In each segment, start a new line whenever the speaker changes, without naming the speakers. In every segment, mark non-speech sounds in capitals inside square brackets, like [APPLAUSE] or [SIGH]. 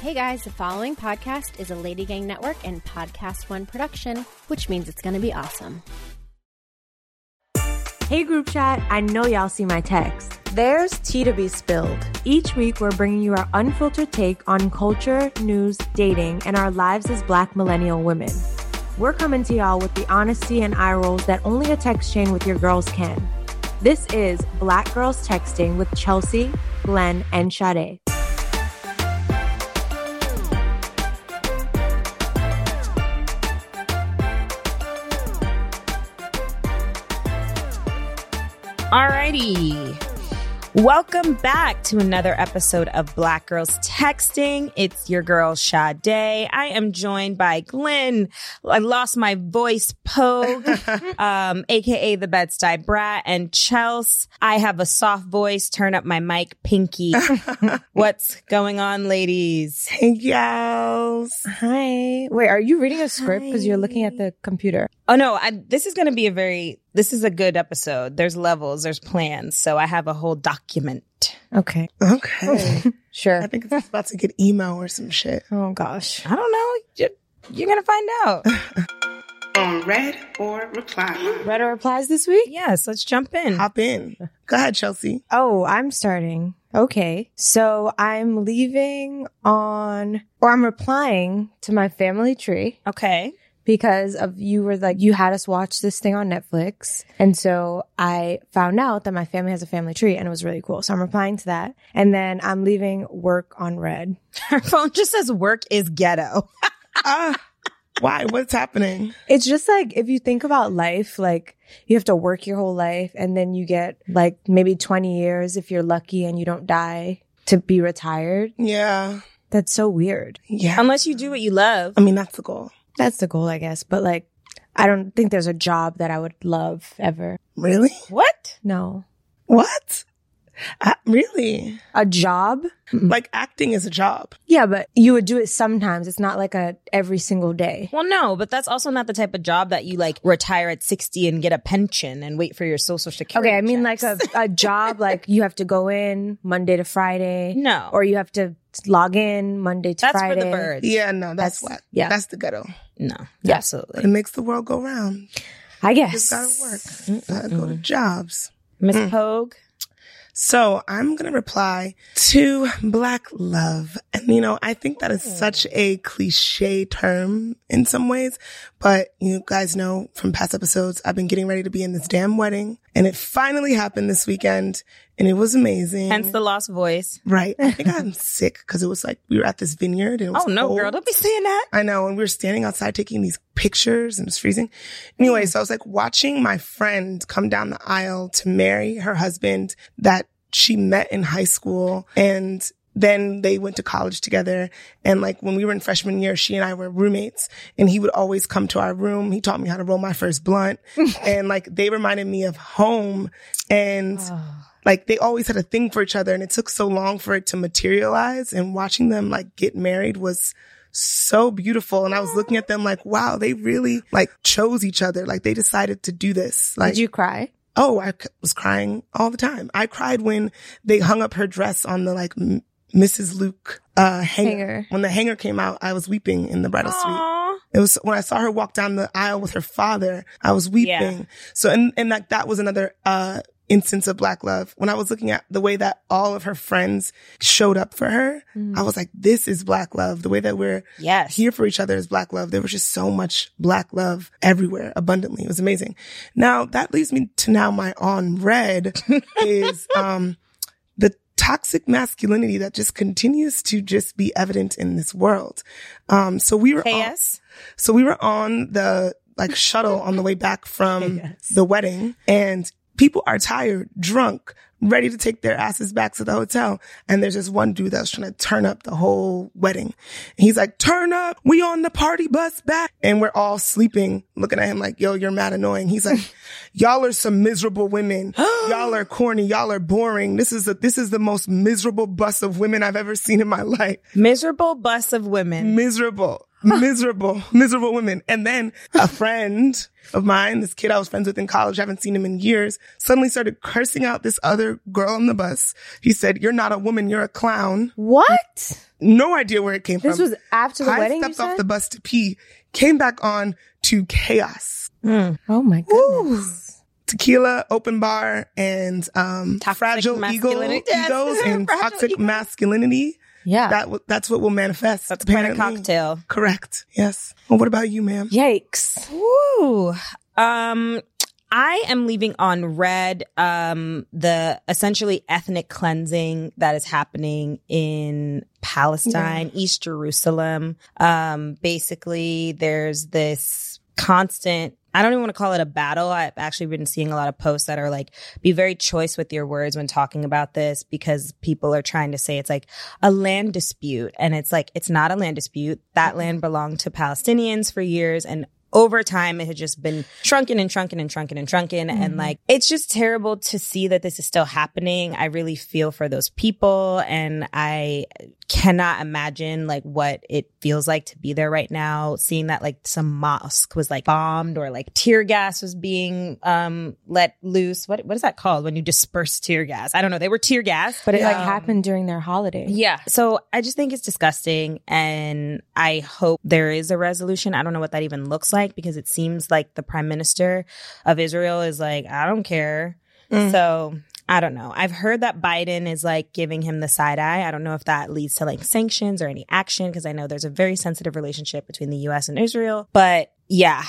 Hey guys, the following podcast is a Lady Gang Network and Podcast One production, which means it's going to be awesome.
Hey group chat, I know y'all see my text.
There's tea to be spilled.
Each week, we're bringing you our unfiltered take on culture, news, dating, and our lives as black millennial women. We're coming to y'all with the honesty and eye rolls that only a text chain with your girls can. This is Black Girls Texting with Chelsea, Glenn, and Sade.
Alrighty. Welcome back to another episode of Black Girls Texting. It's your girl Sade. I am joined by Glenn. I lost my voice, Pogue, um, aka the Bedstuy Brat, and Chels. I have a soft voice. Turn up my mic, Pinky. What's going on, ladies?
Yes.
Hi. Wait, are you reading a script? Because you're looking at the computer.
Oh no, I, this is going to be a very this is a good episode. There's levels, there's plans. So I have a whole document.
Okay.
Okay. I
Sure.
think it's about to get emo or some shit.
Oh gosh.
I don't know. You're, you're going to find [LAUGHS] out.
on red or reply.
Read our replies this week?
yes, let's jump in.
Hop in. Go ahead, Chelsea.
Oh, I'm starting. Okay. So I'm leaving on, or I'm replying to my family tree
Okay.
because of you were like, you had us watch this thing on Netflix. And so I found out that my family has a family tree and it was really cool. So I'm replying to that. And then I'm leaving work on red.
Her phone just says work is ghetto.
Ah, why? What's happening?
It's just like if you think about life, like you have to work your whole life and then you get like maybe 20 years if you're lucky and you don't die to be retired.
Yeah.
That's so weird.
Yeah.
Unless you do what you love.
I mean, that's the goal.
That's the goal, I guess. But like, I don't think there's a job that I would love ever.
Really?
What?
No.
What? I, really?
A job?
Like acting is a job.
Yeah, but you would do it sometimes. It's not like a every single day.
Well, no, but that's also not the type of job that you like retire at 60 and get a pension and wait for your social security.
Okay, I mean
checks.
like a, a job like you have to go in Monday to Friday.
No.
Or you have to log in Monday to
that's
Friday.
for the birds.
Yeah, no, that's,
That's-
what.
yeah.
That's the ghetto.
No,
Yeah.
But it
absolutely.
makes the world go round.
I guess.
Just gotta work. Gotta go to jobs.
Miss Pogue.
So I'm going to reply to black love. And you know, I think that is
Oh.
such a cliche term in some ways, but you guys know from past episodes, I've been getting ready to be in this damn wedding and it finally happened this weekend and it was amazing.
Hence the lost voice.
right. I think I'm sick because it was like we were at this vineyard and it was
Oh no,
cold.
girl, don't be saying that.
I know. And we were standing outside taking these pictures and it was freezing. Anyway, so I was like watching my friend come down the aisle to marry her husband that she met in high school. And then they went to college together. And like when we were in freshman year, she and I were roommates and he would always come to our room. He taught me how to roll my first blunt. and like they reminded me of home and like they always had a thing for each other and it took so long for it to materialize and watching them like get married was so beautiful and i was looking at them like wow they really like chose each other like they decided to do this like
Did you cry?
oh i c- was crying all the time i cried when they hung up her dress on the like M- mrs luke uh hanger.
Hanger.
when the hanger came out i was weeping in the bridal suite
Aw.
it was when I saw her walk down the aisle with her father, I was weeping.
Yeah.
So, and, and like that was another, uh, instance of black love. When I was looking at the way that all of her friends showed up for her, I was like, this is black love. The way that we're
Yes.
here for each other is black love. There was just so much black love everywhere abundantly. It was amazing. Now that leads me to now my on red is, um, the toxic masculinity that just continues to just be evident in this world. Um, so we were all-
KS.
so we were on the like shuttle on the way back from the wedding and people are tired, drunk, ready to take their asses back to the hotel. And there's this one dude that was trying to turn up the whole wedding. And he's like, turn up. We on the party bus back. And we're all sleeping looking at him like, yo, you're mad annoying. He's like, y'all are some miserable women. y'all are corny. Y'all are boring. This is the, this is the most miserable bus of women I've ever seen in my [LAUGHS] life.
Miserable bus of women.
Miserable.
[LAUGHS]
miserable, miserable women. And then a friend of mine, this kid I was friends with in college, I haven't seen him in years, suddenly started cursing out this other girl on the bus. He said, You're not a woman, you're a clown.
What? Um,
No idea where it came
This
from.
was after the
I
wedding. you
stepped off
said?
the bus to pee, came back on to chaos.
Mm.
oh my goodness.
Tequila, open bar, and um,
Toxic
fragile ego,
masculinity. Yes.
egos
[LAUGHS]
and
Fragile
toxic
ego.
masculinity.
Yeah.
That w- that's what will manifest.
That's quite a
apparently.
cocktail.
Correct. Yes. Well, what about you, ma'am?
Yikes.
Woo. Um, I am leaving on red um, the essentially ethnic cleansing that is happening in Palestine, East Jerusalem. Um, basically, there's this constant. I don't even want to call it a battle. I've actually been seeing a lot of posts that are like, be very choice with your words when talking about this because people are trying to say it's like a land dispute. And it's like, it's not a land dispute. That land belonged to Palestinians for years. And over time, it had just been shrunken and shrunken and shrunken and shrunken. And like, it's just terrible to see that this is still happening. I really feel for those people. And I cannot imagine like what it feels like to be there right now, seeing that like some mosque was like bombed or like tear gas was being um let loose. What what is that called when you disperse tear gas? I don't know. They were tear gas,
But it like
Um,
happened during their holiday.
yeah. So I just think it's disgusting. And I hope there is a resolution. I don't know what that even looks like because it seems like the prime minister of Israel is like, I don't care.
Mm.
So I don't know. I've heard that Biden is like giving him the side eye. I don't know if that leads to like sanctions or any action because I know there's a very sensitive relationship between the US and Israel. But yeah,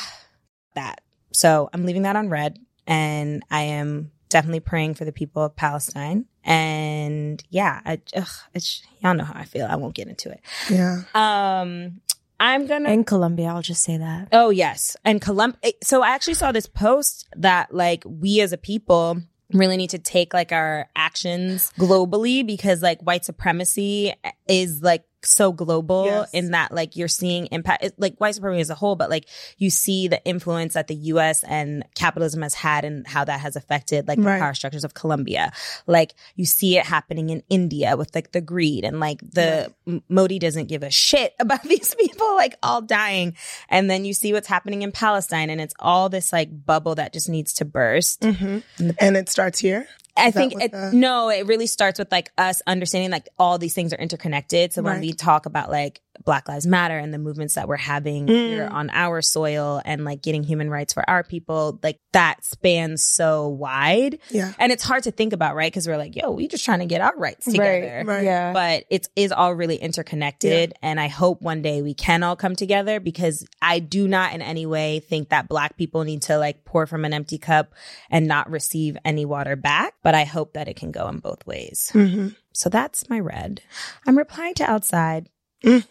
that. So I'm leaving that on red and I am definitely praying for the people of Palestine. And yeah, I, ugh, it's, y'all know how I feel. I won't get into it.
Yeah.
Um, I'm gonna.
In Colombia, I'll just say that.
oh yes, and Colum. eh, So I actually saw this post that like we as a people really need to take like our actions globally because like white supremacy eh, is like so global
Yes.
in that like you're seeing impact it- like white supremacy as a whole but like you see the influence that the US and capitalism has had and how that has affected like the
Right.
power structures of Colombia like you see it happening in India with like the greed and like the M- Modi doesn't give a shit about [LAUGHS] these people like all dying and then you see what's happening in Palestine and it's all this like bubble that just needs to burst
Mm-hmm. And it starts here.
I
Is that
think
what
it,
the-
no, it really starts with like us understanding like all these things are interconnected. So when
Right.
we talk about like Black Lives Matter and the movements that we're having
Mm.
here on our soil and like getting human rights for our people, like that spans so wide.
Yeah.
And it's hard to think about, right? Because we're like, yo, we just trying to get our rights together.
Right.
Yeah.
But it is all really interconnected. And I hope one day we can all come together because I do not in any way think that black people need to like pour from an empty cup and not receive any water back. But I hope that it can go in both ways.
Mm-hmm.
So that's my red. I'm replying to outside.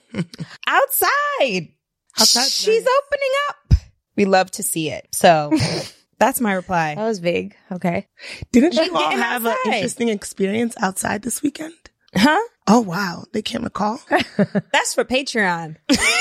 [LAUGHS]
Outside.
Outside's
She's
nice.
opening up. We love to see it.
[LAUGHS]
So that's my reply.
Oh.
That was vague. Okay.
Didn't
Like
you all
getting
have an
outside.
interesting experience outside this weekend?
Huh?
Oh wow, they can't recall.
That's for Patreon.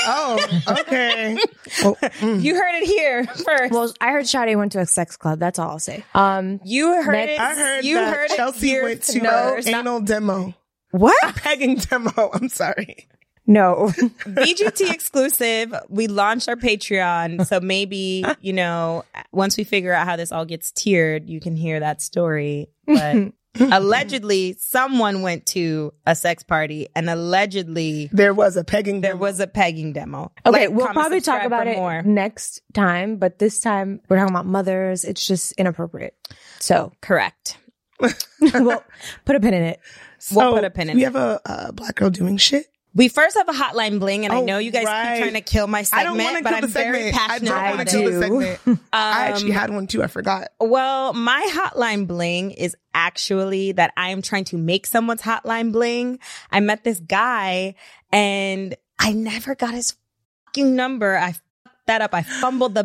oh, okay. [LAUGHS] Oh, mm.
You heard it here [LAUGHS] first.
Well, I heard Sade went to a sex club. That's all I'll say. Um,
You heard
That's-
it.
I heard
you
that
heard
Chelsea
it here.
went to
no, [LAUGHS]
an
it's not-
anal demo,
what?
pegging demo. [LAUGHS] I'm sorry.
no. [LAUGHS]
BGT exclusive. We launched our Patreon, so
[LAUGHS]
maybe you know once we figure out how this all gets tiered, you can hear that story.
[LAUGHS]
But allegedly, someone went to a sex party, and allegedly
There was a pegging.
there
demo.
was a pegging demo.
Okay,
Like,
we'll
comment,
probably talk
subscribe
about
for
it next time, but this time we're talking about mothers. It's just inappropriate.
[LAUGHS]
So
Correct.
we'll put a pin in it.
we'll put a pin in
Oh, We
it.
have a uh, black girl doing shit.
We first have a hotline bling, and I
Oh,
know you guys
right.
keep trying to kill my
I
segment,
don't want to
but
kill
I'm
the
very
segment. I
passionate
don't
about
want
it.
to kill the
do.
segment. [LAUGHS] I actually
Um,
had one too. I forgot.
Well, my hotline bling is actually that I am trying to make someone's hotline bling. I met this guy and I never got his fucking number. I fucked that up. I fumbled the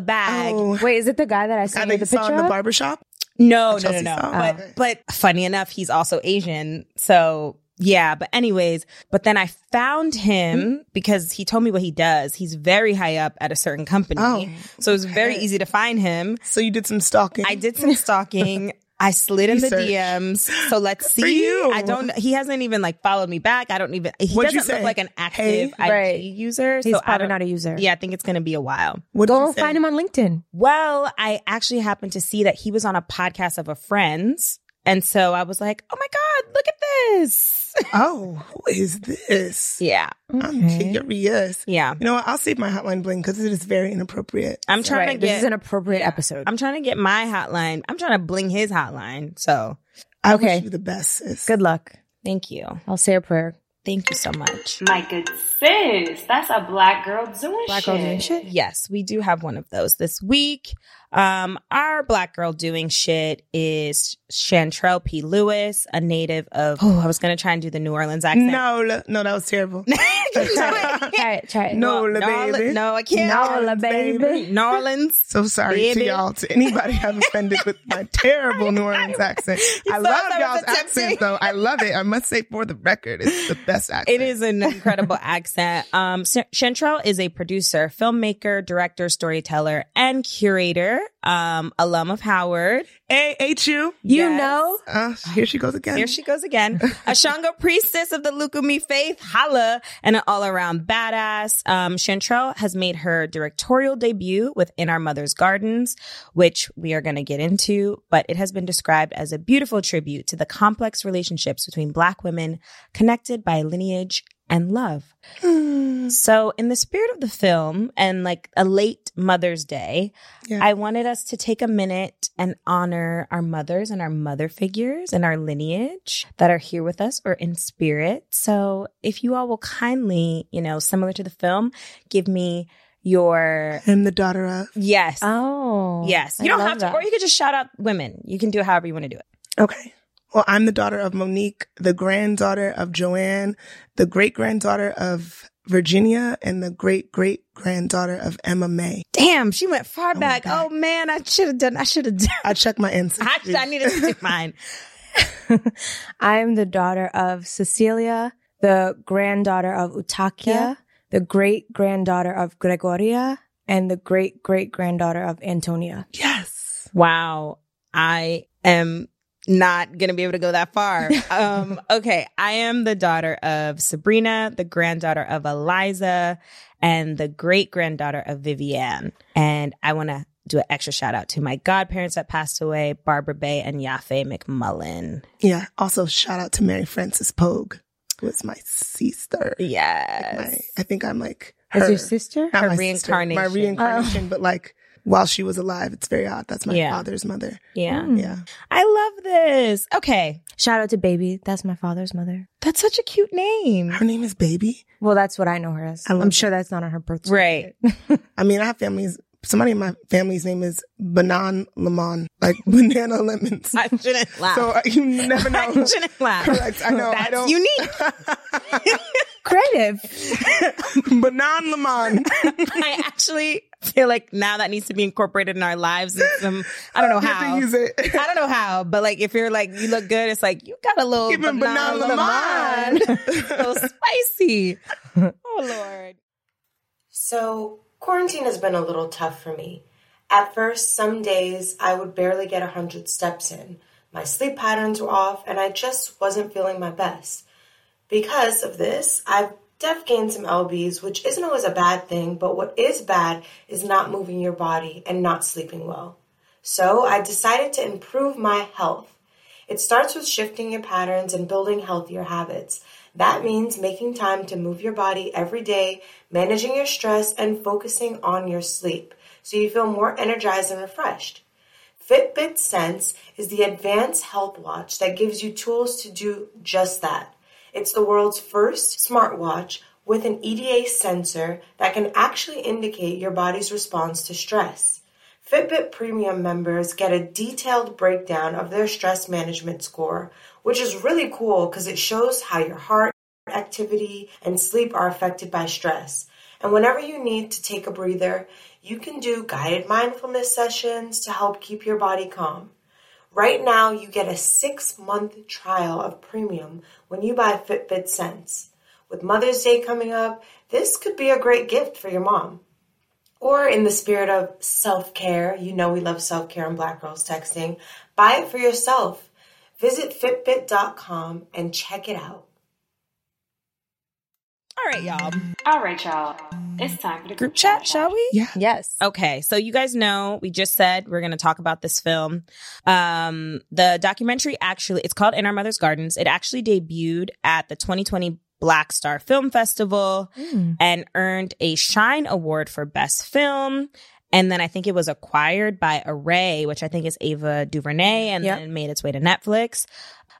[LAUGHS]
bag.
Oh,
Wait, is it the guy that I
God,
sent you
they
the
saw
picture
in the
of?
barbershop.
No, no, no,
Chelsea
no.
saw.
But
Okay.
but funny enough, he's also Asian. So yeah, but anyways, but then I found
Hmm?
him because he told me what he does. He's very high up at a certain company.
Oh,
so it was very easy to find him.
So you did some stalking.
I did some stalking. I slid in the
Research.
DMs. So let's
for
see.
you.
I don't. He hasn't even like followed me back. I don't even. He
What'd you
doesn't
say?
look like an
Hey?
active
Right.
IG user.
He's
so I
probably
don't-
not a user.
Yeah, I think it's going to be a while.
What
Go find him on LinkedIn.
Well, I actually happened to see that he was on a podcast of a friend's, and so I was like, "Oh my god, look at this!" [LAUGHS]
Oh, who is this?
yeah,
I'm curious.
yeah.
You know what? I'll save my hotline bling because it is very inappropriate.
I'm trying
Right.
to
This
get.
is an appropriate episode.
I'm trying to get my hotline. I'm trying to bling his hotline. So
I
okay.
wish you the best, sis.
Good luck.
thank you,
I'll say a prayer.
thank you so much.
My good sis, that's a black girl doing
Black
shit.
girl doing shit.
Yes, we do have one of those this week. Um, our black girl doing shit is Chantrell P. Lewis, a native of. Oh, I was gonna try and do the New Orleans accent. [LAUGHS]
No, le- no, that was terrible.
Try it. Try it.
No, le-
no,
baby.
no, I can't.
Nola, baby.
[LAUGHS] New Orleans.
[LAUGHS] So sorry
Baby.
to y'all, to anybody I'm offended with
[LAUGHS]
my terrible New Orleans accent. I
thought
love
that was
y'all's
attempting.
accent though. I love it. I must say for the record, it's the best accent.
It is an incredible [LAUGHS] accent. Um, Ch- Chantrell is a producer, filmmaker, director, storyteller, and curator. Um, alum of Howard.
A H U.
You
Yes.
know,
Uh, here she goes again.
Here she goes again. A Shango priestess of the Lukumi faith, holla, and an all-around badass. Um, Chantrell has made her directorial debut with In Our Mother's Gardens, which we are going to get into, but it has been described as a beautiful tribute to the complex relationships between Black women connected by lineage and love. So, in the spirit of the film and like a late Mother's Day,
Yeah.
I wanted us to take a minute and honor our mothers and our mother figures and our lineage that are here with us or in spirit. So, if you all will kindly, you know, similar to the film, give me
[LAUGHS]
your
And the daughter of.
yes.
oh
Yes.
I
You don't
love
have to,
that.
or you could just shout out women. You can do it however you want to do it.
Okay. Well, I'm the daughter of Monique, the granddaughter of Joanne, the great granddaughter of Virginia, and the great great granddaughter of Emma May.
Damn, she went far
my
back.
God.
Oh man, I should have done, I should have done.
I check my ancestry.
I, I needed to do mine.
I am the daughter of Cecilia, the granddaughter of Utakia,
Yeah.
the great granddaughter of Gregoria, and the great great granddaughter of Antonia.
yes.
Wow. I am not going to be able to go that far. Um, okay. I am the daughter of Sabrina, the granddaughter of Eliza, and the great granddaughter of Vivienne. And I want to do an extra shout out to my godparents that passed away, Barbara Bay and Yafe McMullen.
Yeah. Also, shout out to Mary Frances Pogue, who is my sister.
Yes.
My, I think I'm like her.
Is your sister?
Not
her
my sister,
reincarnation. Oh.
my reincarnation, but like while she was alive, it's very odd. That's my
Yeah. Hmm.
father's mother.
Yeah.
Yeah.
I love this. Okay.
Shout out to Baby. That's my father's mother.
That's such a cute name.
Her name is Baby.
Well, that's what I know her as.
I love
I'm sure that's not on her birth
Right.
certificate.
I mean, I have families. Somebody in my family's name is Banan Lemon, like [LAUGHS] banana lemons.
I shouldn't laugh.
So uh, you never
[LAUGHS] I
know.
shouldn't laugh.
Correct. I know. I
That's
don't.
unique.
Creative.
[LAUGHS] Banan Lemon.
[LAUGHS] I actually feel like now that needs to be incorporated in our lives. In some, I don't know
You have
how.
to use it. [LAUGHS]
I don't know how, but like if you're like you look good, it's like you got a little
Even
banana
Banana
lemon. a little spicy. Oh lord.
So, quarantine has been a little tough for me. At first, some days I would barely get 100 steps in. My sleep patterns were off, and I just wasn't feeling my best. Because of this, I've def gained some LBs, which isn't always a bad thing, but what is bad is not moving your body and not sleeping well. So, I decided to improve my health. It starts with shifting your patterns and building healthier habits. That means making time to move your body every day, managing your stress, and focusing on your sleep so you feel more energized and refreshed. Fitbit Sense is the advanced health watch that gives you tools to do just that. It's the world's first smartwatch with an EDA sensor that can actually indicate your body's response to stress. Fitbit Premium members get a detailed breakdown of their stress management score, which is really cool because it shows how your heart, activity, and sleep are affected by stress. And whenever you need to take a breather, you can do guided mindfulness sessions to help keep your body calm. Right now, you get a six month trial of premium when you buy Fitbit Sense. With Mother's Day coming up, this could be a great gift for your mom. Or in the spirit of self care, you know we love self care on Black Girls Texting. Buy it for yourself. Visit Fitbit.com and check it out.
All right, y'all.
All right, y'all. It's time for the
Group chat, shall we?
Yeah.
Yes.
Okay, so you guys know we just said we're going to talk about this film. Um, the documentary actually it's called In Our Mother's Gardens. It actually debuted at the 2020 Black Star Film Festival
Hmm.
and earned a Shine Award for Best Film. And then I think it was acquired by Array, which I think is Ava DuVernay, and
Yep.
then made its way to Netflix.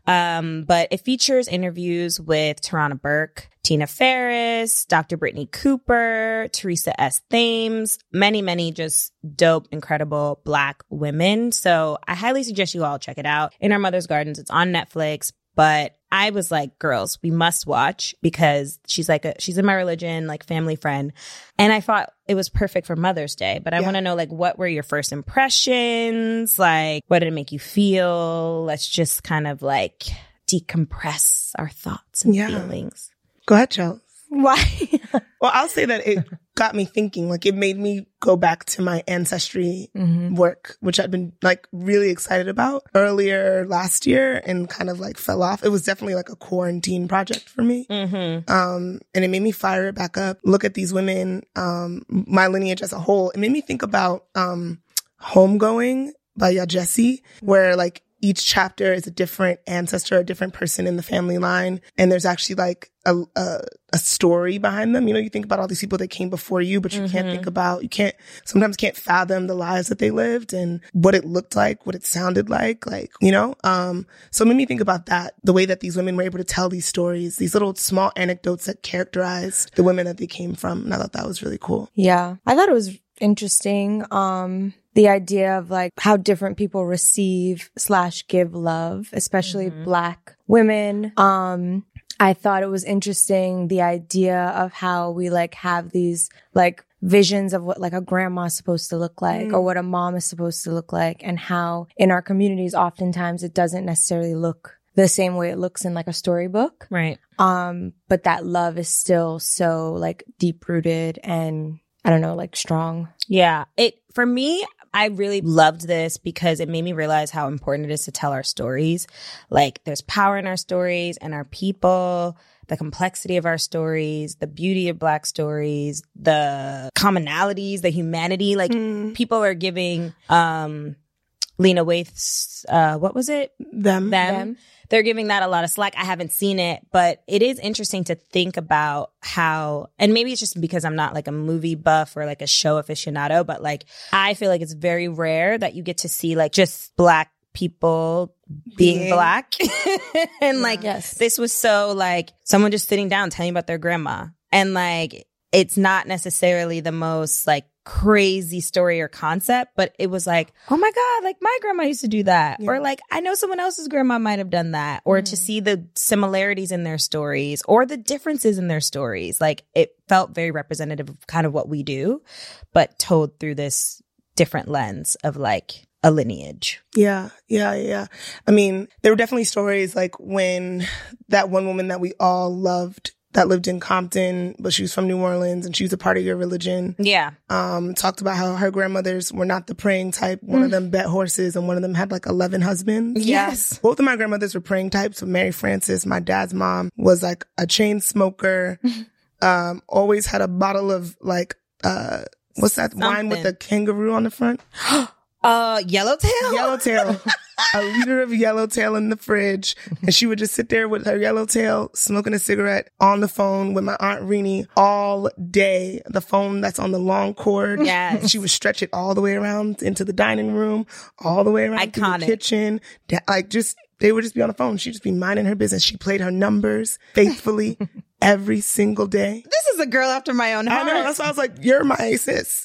Um, but it features interviews with Tarana Burke, Tina Ferris, Dr. Brittany Cooper, Teresa S. Thames, many, many just dope, incredible black women. So I highly suggest you all check it out. In Our Mother's Gardens, it's on Netflix. But I was like, girls, we must watch because she's like, a, she's in my religion, like family friend. And I thought it was perfect for Mother's Day. But I
Yeah.
want to know, like, what were your first impressions? Like, what did it make you feel? Let's just kind of like decompress our thoughts and
Yeah.
feelings.
Go ahead, Chels.
Why?
Well, I'll say that it got me thinking. Like it made me go back to my ancestry
Mm-hmm.
Mm-hmm.
work, which I'd been like really excited about earlier last year and kind of like fell off. It was definitely like a quarantine project for me.
Mm-hmm.
Um, and it made me fire it back up, look at these women, um, my lineage as a whole. It made me think about, um, Homegoing by Ya Jesse, where like each chapter is a different ancestor, a different person in the family line. And there's actually like a, a, a story behind them. You know, you think about all these people that came before you, but you can't think about, you can't, sometimes can't fathom the lives that they lived and what it looked like, what it sounded like, like, you know? Um, so it made me think about that, the way that these women were able to tell these stories, these little small anecdotes that characterized the women that they came from. And I thought that was really cool.
Yeah. I thought it was interesting. Um, the idea of like how different people receive slash give love, especially black women. Um, I thought it was interesting the idea of how we like have these like visions of what like a grandma's supposed to look like or what a mom is supposed to look like and how in our communities oftentimes it doesn't necessarily look the same way it looks in like a storybook
Right.
um but that love is still so like deep rooted and i don't know like strong
Yeah. It for me, I really loved this because it made me realize how important it is to tell our stories. Like there's power in our stories and our people, the complexity of our stories, the beauty of black stories, the commonalities, the humanity. Like people are giving um Lena Waith's uh what was it?
Them.
them. They're giving that a lot of slack. I haven't seen it, but it is interesting to think about how, and maybe it's just because I'm not like a movie buff or like a show aficionado, but like I feel like it's very rare that you get to see like just black people being
Being-
black. [LAUGHS] and like
yes
this was so like someone just sitting down telling you about their grandma and like it's not necessarily the most like crazy story or concept but it was like oh my god like my grandma used to do that
Yeah.
or like i know someone else's grandma might have done that or to see the similarities in their stories or the differences in their stories like it felt very representative of kind of what we do but told through this different lens of like a lineage
Yeah, yeah, yeah. I mean, there were definitely stories like when that one woman that we all loved that lived in Compton, but she was from New Orleans and she was a part of your religion.
yeah
Um, talked about how her grandmothers were not the praying type. One of them bet horses and one of them had like 11 husbands.
Mm. yes
Both of my grandmothers were praying types. But Mary Frances, my dad's mom, was like a
[LAUGHS]
chain smoker. um, always had a bottle of like, uh, what's that wine with
Something.
a kangaroo on the front?
uh yellowtail
yellowtail. a liter of yellowtail in the fridge. And she would just sit there with her yellowtail, smoking a cigarette on the phone with my Aunt Renee all day. The phone that's on the long cord.
Yes.
She would stretch it all the way around into the dining room, all the way around to
Iconic.
the kitchen. Da- Like just, they would just be on the phone. She'd just be minding her business. She played her numbers
[LAUGHS]
faithfully every single
[LAUGHS]
day.
this is a girl after my own
I
heart.
know. That's why I was like, "You're my sis.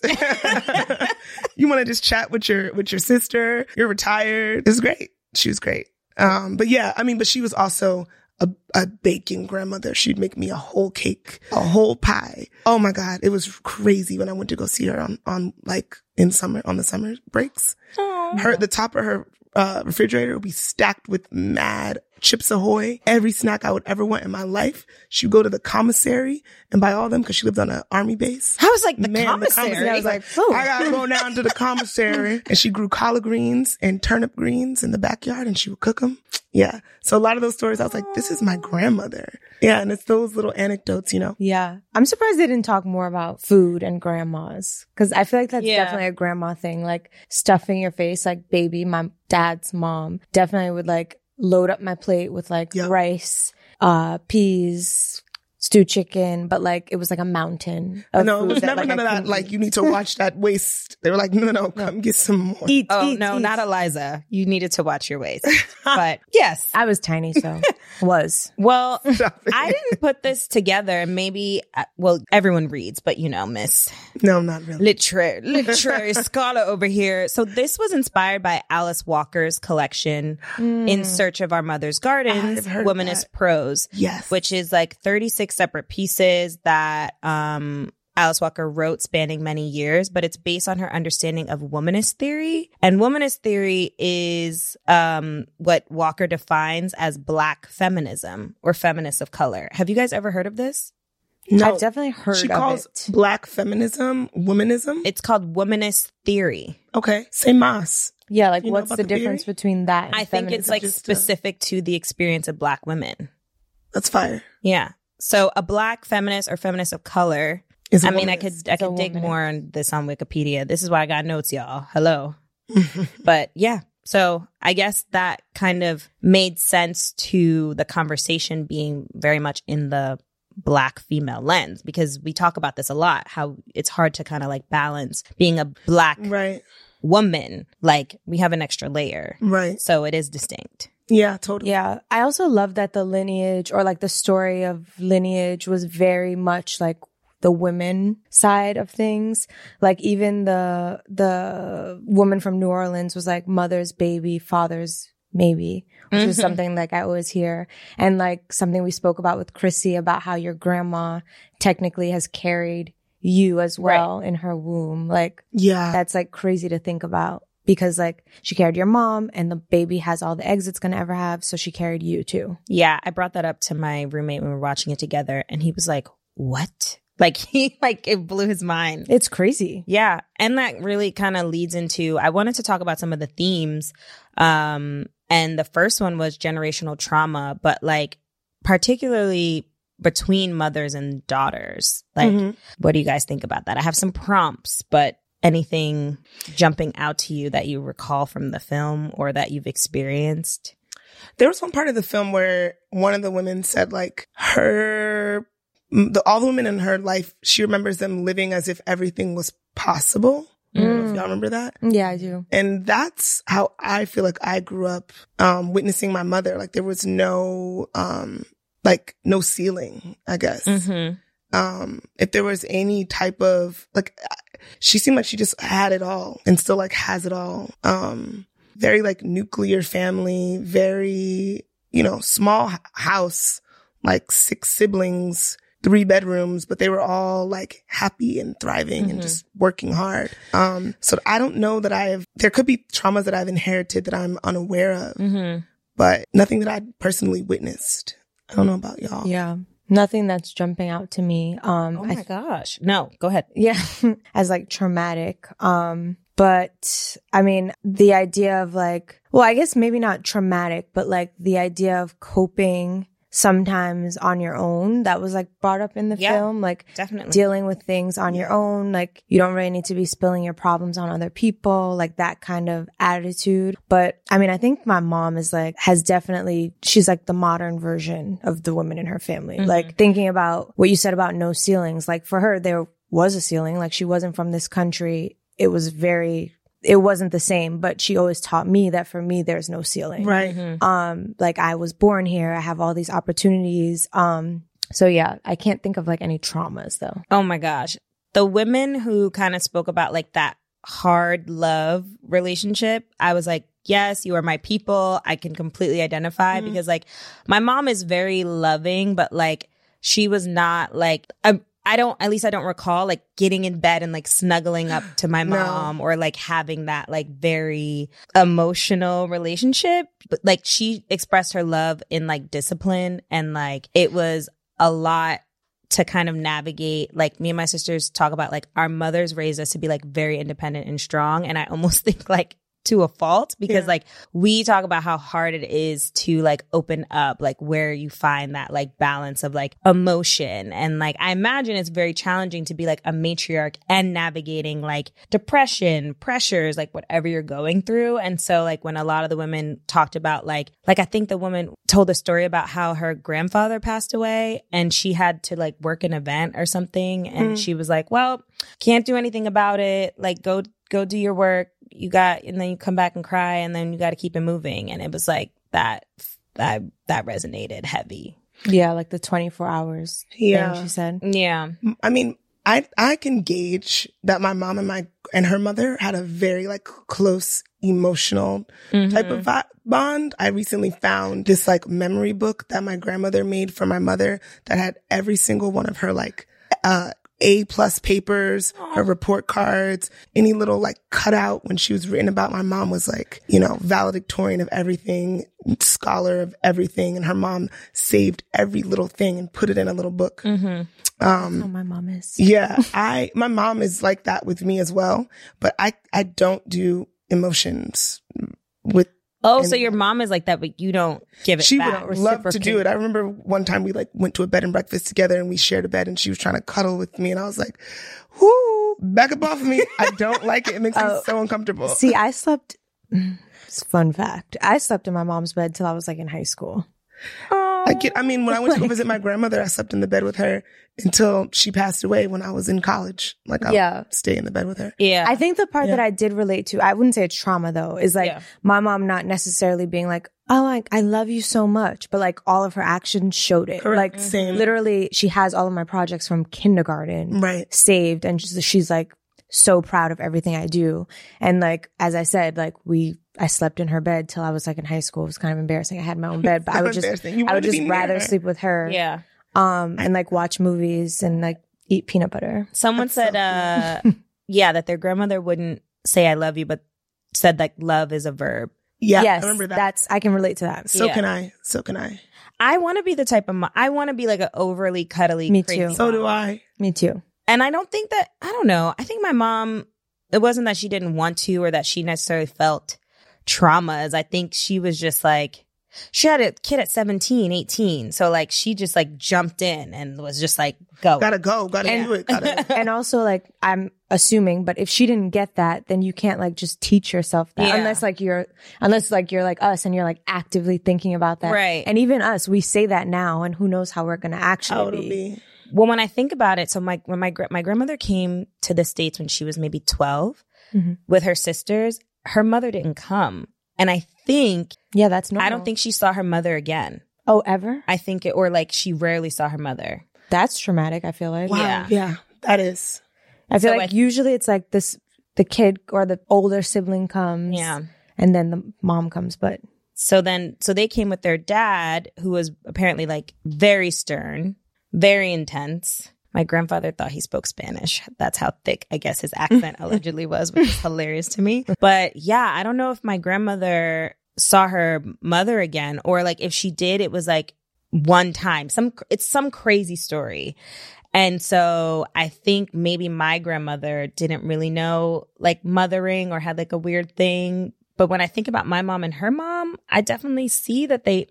you want to just chat with your with your sister. You're retired. It's great. She was great. Um, but yeah, I mean, but she was also a, a baking grandmother. She'd make me a whole cake, a whole pie. Oh my god, it was crazy when I went to go see her on on like in summer on the summer breaks. Her the top of her uh, refrigerator would be stacked with mad Chips Ahoy, every snack I would ever want in my life. She would go to the commissary and buy all of them because she lived on an army base.
I was like, the
Man,
commissary.
I was like, I gotta go down to
[LAUGHS]
the commissary. and she grew collard greens and turnip greens in the backyard and she would cook them. Yeah. So a lot of those stories, I was like, this is my grandmother. Yeah. And it's those little anecdotes, you know.
Yeah. I'm surprised they didn't talk more about food and grandmas because I feel like that's
Yeah.
definitely a grandma thing. Like stuffing your face, like baby, my dad's mom definitely would like load up my plate with like
Yeah.
rice, uh, peas, stew chicken, but like it was like a mountain of
no, it
food
was
that,
never [LAUGHS]
like, I
none of that.
couldn't
Like,
eat.
you need to watch that waste. They were like, no, no, no, come get some more.
eat,
[LAUGHS] Oh
eat,
no,
eat.
not Eliza. You needed to watch your [LAUGHS] waist. But yes.
I was tiny, so was.
[LAUGHS] Well,
Stop it.
I didn't put this together. and Maybe uh, well, everyone reads, but you know, Miss
No, not really. [LAUGHS]
literary literary scholar over here. So this was inspired by Alice Walker's collection In Search of Our Mother's Gardens,
Hmm. I've heard
Womanist
that.
Prose,
Yes.
which is like 36 separate pieces that um Alice Walker wrote spanning many years, but it's based on her understanding of womanist theory. And womanist theory is um, what Walker defines as black feminism or feminists of color. Have you guys ever heard of this?
no.
I've definitely heard
she
of
calls
it.
black feminism womanism.
It's called womanist theory.
okay, say mas.
Yeah, like
You know
what's
about
the,
the
difference
theory?
between that? And
I think it's
feminism?
like
just, uh,
specific to the experience of black women.
That's fire.
Yeah. So a black feminist or feminist of color.
Is a
I mean, I
womanist.
could I
It's a
could dig
womanist.
more on this on Wikipedia. This is why I got notes, y'all.
[LAUGHS]
Hello. but yeah. So I guess that kind of made sense to the conversation being very much in the black female lens because we talk about this a lot how it's hard to kind of like balance being a black
Right,
woman like we have an extra layer
right.
so it is distinct
Yeah, totally.
Yeah. I also love that the lineage or like the story of lineage was very much like the women side of things. Like even the the woman from New Orleans was like mother's baby, father's maybe. Which is
Mhm.
something like I always hear. And like something we spoke about with Chrissy about how your grandma technically has carried you as
Right.
well in her womb. Like
Yeah.
that's like crazy to think about because like she carried your mom and the baby has all the eggs it's going to ever have so she carried you too
Yeah, I brought that up to my roommate when we were watching it together, and he was like, "What?" Like [LAUGHS] he like it blew his mind.
it's crazy
Yeah, and that really kind of leads into I wanted to talk about some of the themes, um, and the first one was generational trauma, but like particularly between mothers and daughters. Like,
Mhm.
what do you guys think about that? I have some prompts, but anything jumping out to you that you recall from the film or that you've experienced?
There was one part of the film where one of the women said, like, her, m- the, all the women in her life, she remembers them living as if everything was possible. I don't know
Mm.
if y'all remember that.
yeah i do
And that's how I feel like I grew up um, witnessing my mother. Like, there was no, um, like, no ceiling, I guess.
Mm-hmm.
um if there was any type of like she seemed like she just had it all and still like has it all um very like nuclear family very you know small h- house like six siblings three bedrooms but they were all like happy and thriving and
Mhm.
just working hard um so i don't know that i have there could be traumas that i've inherited that i'm unaware of
Mm-hmm.
but nothing that i personally witnessed i don't know about y'all
yeah nothing that's jumping out to me um
Oh
I
my gosh. No, go ahead.
yeah [LAUGHS] as like traumatic um but i mean the idea of like well i guess maybe not traumatic but like the idea of coping sometimes on your own that was like brought up in the
Yeah.
film like
Definitely.
dealing with things on your own. Like you don't really need to be spilling your problems on other people, like that kind of attitude. But I mean, I think my mom is like, has definitely, she's like the modern version of the women in her family. Like thinking about what you said about no ceilings, like for her, there was a ceiling. Like she wasn't from this country. It was very, it wasn't the same, but she always taught me that for me, there's no ceiling
right
um like i was born here i have all these opportunities um so yeah i can't think of like any traumas though
Oh my gosh. The women who kind of spoke about like that hard love relationship, I was like, yes, you are my people. I can completely identify because like my mom is very loving, but like she was not like, I, I don't, at least I don't recall like getting in bed and like snuggling up to my
No.
mom or like having that like very emotional relationship. But like she expressed her love in like discipline and like it was a lot to kind of navigate like me and my sisters talk about like our mothers raised us to be like very independent and strong and i almost [LAUGHS] think like to a fault because
Yeah.
like we talk about how hard it is to like open up like where you find that like balance of like emotion and like i imagine it's very challenging to be like a matriarch and navigating like depression pressures like whatever you're going through and so like when a lot of the women talked about like like i think the woman told a story about how her grandfather passed away and she had to like work an event or something and she was like well can't do anything about it like go go do your work you got and then you come back and cry and then you got to keep it moving and it was like that that that resonated heavy
Yeah, like the 24 hours. thing
Yeah.
she said.
yeah
I mean, I I can gauge that my mom and my and her mother had a very like close emotional
Mm-hmm.
type of vi- bond. I recently found this like memory book that my grandmother made for my mother that had every single one of her like uh A plus papers, her report cards, any little like cutout when she was written about. My mom was like, you know, valedictorian of everything, scholar of everything, and her mom saved every little thing and put it in a little book. Um,
Oh, my mom is.
yeah, I my mom is like that with me as well, but I I don't do emotions with
oh
And-
so your mom is like that but you don't give it
she
back
would love to do it. I remember one time we like went to a bed and breakfast together and we shared a bed and she was trying to cuddle with me and I was like, "Whoo, back up off me. I don't like it. It makes me
Oh.
so uncomfortable."
See, I slept. mm, It's a fun fact. I slept in my mom's bed till I was like in high school.
I get I mean, when I went to go visit my grandmother, I slept in the bed with her until she passed away when I was in college. Like I'll
Yeah.
stay in the bed with her.
yeah
I think the part
Yeah.
that I did relate to, I wouldn't say it's trauma though, is like
Yeah.
my mom not necessarily being like, "Oh, I, I love you so much," but like all of her actions showed it.
Correct.
Like
Same.
literally, she has all of my projects from kindergarten
Right.
saved, and she's, she's like so proud of everything I do. And like as I said, like we, I slept in her bed till I was like in high school. It was kind of embarrassing. I had my own bed, but I
[LAUGHS] So
would just,
embarrassing. You
I
wanted
would
to
just
be near
rather
her.
sleep with her.
yeah
Um, and like watch movies and like eat peanut butter.
someone said
[LAUGHS]
uh yeah that their grandmother wouldn't say i love you but said like love is a verb
Yeah,
yes,
I remember that.
that's I can relate to that.
so
yeah.
can I. So can I.
i want to be the type of mom i want to be like an overly cuddly
Me
crazy
too.
So
mom.
do I.
Me too.
And I don't think that, I don't know. I think my mom, it wasn't that she didn't want to or that she necessarily felt traumas. I think she was just like, she had a kid at 17, 18. So like she just like jumped in and was just like, go.
Gotta go. Gotta do
[LAUGHS]
it. Gotta.
and also like I'm assuming, but if she didn't get that, then you can't like just teach yourself that
Yeah.
unless like you're unless like you're like us and you're like actively thinking about that.
Right.
And even us, we say that now and who knows how we're gonna
How
actually
it'll
be.
be.
Well, when I think about it, so my when my gra- my grandmother came to the states when she was maybe 12
Mhm.
with her sisters, her mother didn't come, and I think
Yeah, that's normal.
I don't think she saw her mother again.
Oh, ever?
I think it or like she rarely saw her mother.
That's traumatic, I feel like.
Wow.
Yeah.
Yeah. that is.
I feel
So
like
I-
usually it's like this the kid or the older sibling comes.
Yeah.
And then the mom comes, but
So then, so they came with their dad, who was apparently like very stern, very intense. My grandfather thought he spoke Spanish. That's how thick, I guess, his [LAUGHS] accent allegedly was, which is hilarious to me. But yeah, I don't know if my grandmother saw her mother again, or like if she did, it was like one time. Some it's some crazy story. And so I think maybe my grandmother didn't really know like mothering or had like a weird thing. But when I think about my mom and her mom, I definitely see that they.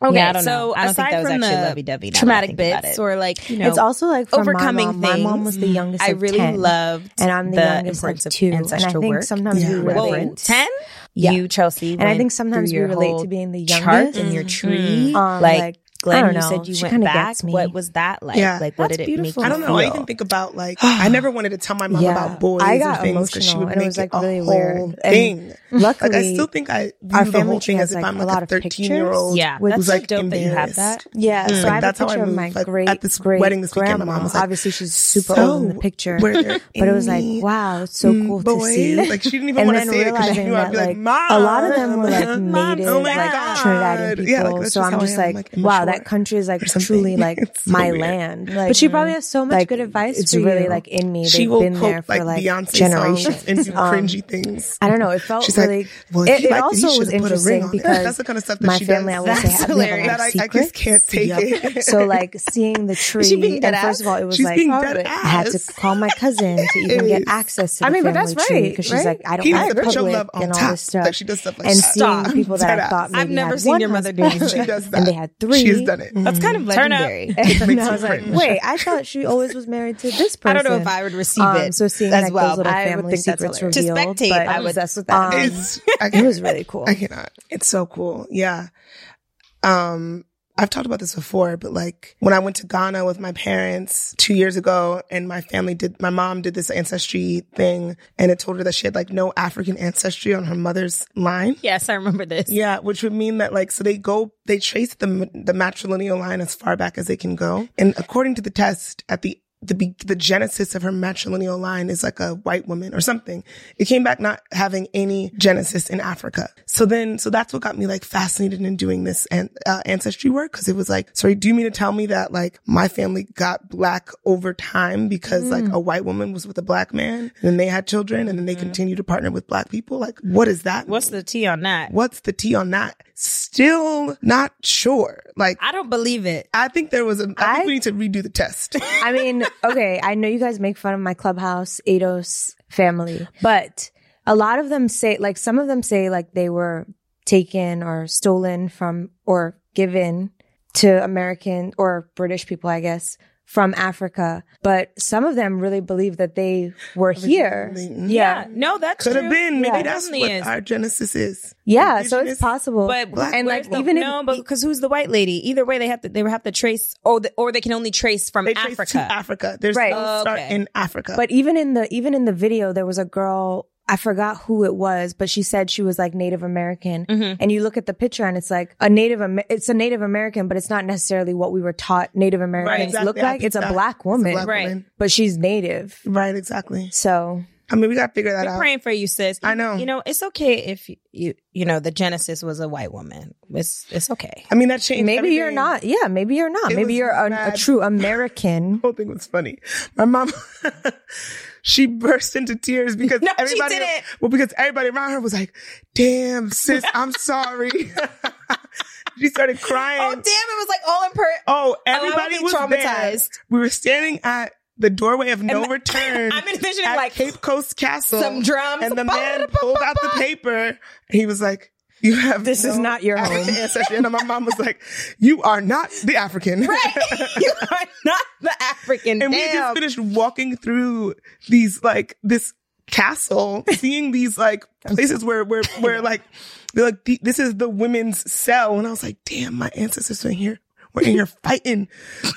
Okay,
Yeah, I don't
so
know. I don't think
aside
that was
from
actually
the
lovey-dovey now that I
traumatic
think about
bits
it.
or like you know,
it's also like for
overcoming
my mom, My mom
things.
was the youngest.
I
of
really
10.
loved
and I'm the,
the
youngest
importance
of
of
two. And I
ancestral
think
work.
sometimes we
Yeah. Whoa,
relate.
ten.
Yeah.
You Chelsea,
And I
went
think sometimes
through
we
your
relate
whole
to being the
chart
youngest.
in your tree.
Um,
like,
like, I
Glenn,
don't
you
know.
said you
She
went
kinda
back.
gets me.
What was that like?
Yeah.
Like, what
That's
did it
beautiful.
make?
I
You
don't know.
Feel?
I even think about
[SIGHS]
like I never wanted to tell my mom
Yeah.
about boys
I
or
got
things because she
emotional,
would
and it
make
was,
it,
like,
a
really
whole
weird. And
thing.
[LAUGHS] Luckily,
like I still think I
our
view the
family
whole
tree
thing
has,
as if
like,
I'm
a
like
lot
a
of
13 year old
Yeah,
with-
who's
that's
like
so dope that you have
embarrassed.
that.
yeah, so
Like,
I have
Mm. that's
a
how I
picture of
moved.
my
Like,
great
at this
great
wedding this weekend, my
grandma.
mom was like,
Obviously, she's super old in the
"So,
picture,
were there
but it was like,
any mm,
wow, it's so cool to
boys?"
see.
[LAUGHS] Like she didn't even
And
want to
then
say it because she
realizing
knew I'd
that,
be like,
like,
"Mom,
a lot of them were like
[LAUGHS] Mom,
native,
oh my
like
God."
Trinidadian people.
Yeah, like, that's
so
just
I'm
how I
just
am. I'm,
like,
like,
wow, that country is like
something.
truly
[LAUGHS]
like
It's so
my
weird.
land. Like,
but she probably has so much
like,
good advice.
It's
for
really
you.
like in me.
she
They've
will
been
quote
there for like,
like, Beyonce songs
generations.
and
[LAUGHS]
do
Um,
cringy things.
I don't know. It felt
She's
really.
like, well, if
it,
he
it
liked it, he
also was
should've put a
interesting
ring on it. [LAUGHS]
because
That's the kind of stuff that
my
she does.
family, I will say,
That's
have, we have a
hilarious.
lot of
that I, I
secrets.
just can't take
[LAUGHS]
it.
So like seeing the tree.
Is she being dead
and first of all, it was
She's
like
being
oh,
dead
I had to
ass.
call my cousin to even
Yes.
get access to. The
I mean, but
family
that's
tree
right,
because
right?
she's like, I don't
He
have
needs to put your
public
love on
and all
top.
this stuff.
Like, she does stuff like
and
that.
seeing
Stop.
people that
Dead
I
ass.
thought maybe
I've never
had
seen
one
your mother do
husband,
anything.
[LAUGHS] She does that.
and they had three.
She has done it.
That's kind of
Turn up.
legendary.
[LAUGHS] and
Makes
I
you
was like,
cringe.
wait, I thought she always was married to this
I
person.
don't know if I would receive it
So seeing
as
like
well.
those little
I would
family
think that's
secrets
hilarious.
revealed,
To spectate,
but,
I would-
obsessed with that. um,
It's, [LAUGHS] I
it
can't-
was really cool.
I cannot. It's so cool. Yeah. Um, I've talked about this before, but like when I went to Ghana with my parents two years ago and my family did, my mom did this ancestry thing and it told her that she had like no African ancestry on her mother's line.
Yes, I remember this.
Yeah, which would mean that like so they go they trace the the matrilineal line as far back as they can go, and according to the test, at the the be- the genesis of her matrilineal line is like a white woman or something. It came back not having any genesis in Africa. So then, so that's what got me like fascinated in doing this and uh, ancestry work because it was like, sorry, do you mean to tell me that like my family got black over time because like
Hmm.
a white woman was with a black man, and then they had children, and then they continue to partner with black people? Like, what is that?
What's
mean?
the tea on that?
What's the tea on that? Still not sure. Like,
I don't believe it.
I think there was a. I think
I-
we need to redo the
[LAUGHS]
test. [LAUGHS]
I mean, okay, I know you guys make fun of my clubhouse Ados family, but a lot of them say, like, some of them say, like, they were taken or stolen from or given to American or British people, I guess, from Africa. But some of them really believe that they were here.
Originally.
Yeah.
No, that's
Could have
true.
been. Maybe
It
that's
definitely
what
is.
our genesis is.
Yeah. So
Indigenous-
it's possible.
But
Black
and like even
if-
no, but because who's the white lady? Either way, they have to they would have to trace, or the, or they can only trace from
They trace
Africa.
to Africa. There's
Right.
no start
Okay.
in Africa.
But even in the even in the video, there was a girl. I forgot who it was, but she said she was like Native American. And you look at the picture, and it's like a Native. Amer- it's a Native American, but it's not necessarily what we were taught Native Americans
exactly.
look
I
like.
picked
It's a
that.
black woman,
black
Right.
woman.
but she's Native.
Right, exactly.
So
I mean, we got to figure that
We're
out.
praying for you, sis.
I know.
You know, it's okay if you you, you know the genesis was a white woman. It's it's okay.
I mean, that changed.
maybe you're
everything.
not. Yeah, maybe you're not.
It
Maybe
was
you're a, a
mad.
true American.
[LAUGHS] The whole thing was funny. My mom, [LAUGHS] she burst into tears because
No, she
everybody.
didn't.
Well, because everybody around her was like, "Damn, sis, I'm sorry." [LAUGHS] she started crying.
Oh damn! It was like all in per.
Oh,
I would
everybody
be
was
traumatized.
There. We were standing at the doorway of no
And- [LAUGHS]
return.
I'm envisioning,
at
like,
Cape Coast Castle.
some drums.
and the man pulled out the paper. He was like, "You have
This is
no
not your
African
home."
ancestry." And my mom was like, "You are not the African."
[LAUGHS] Right. [LAUGHS] you are not the African.
and we
Damn.
just finished walking through these like this castle, seeing these like places where where where like they're like "The- this is the women's cell, and I was like, damn, my ancestors were in here. We're in here fighting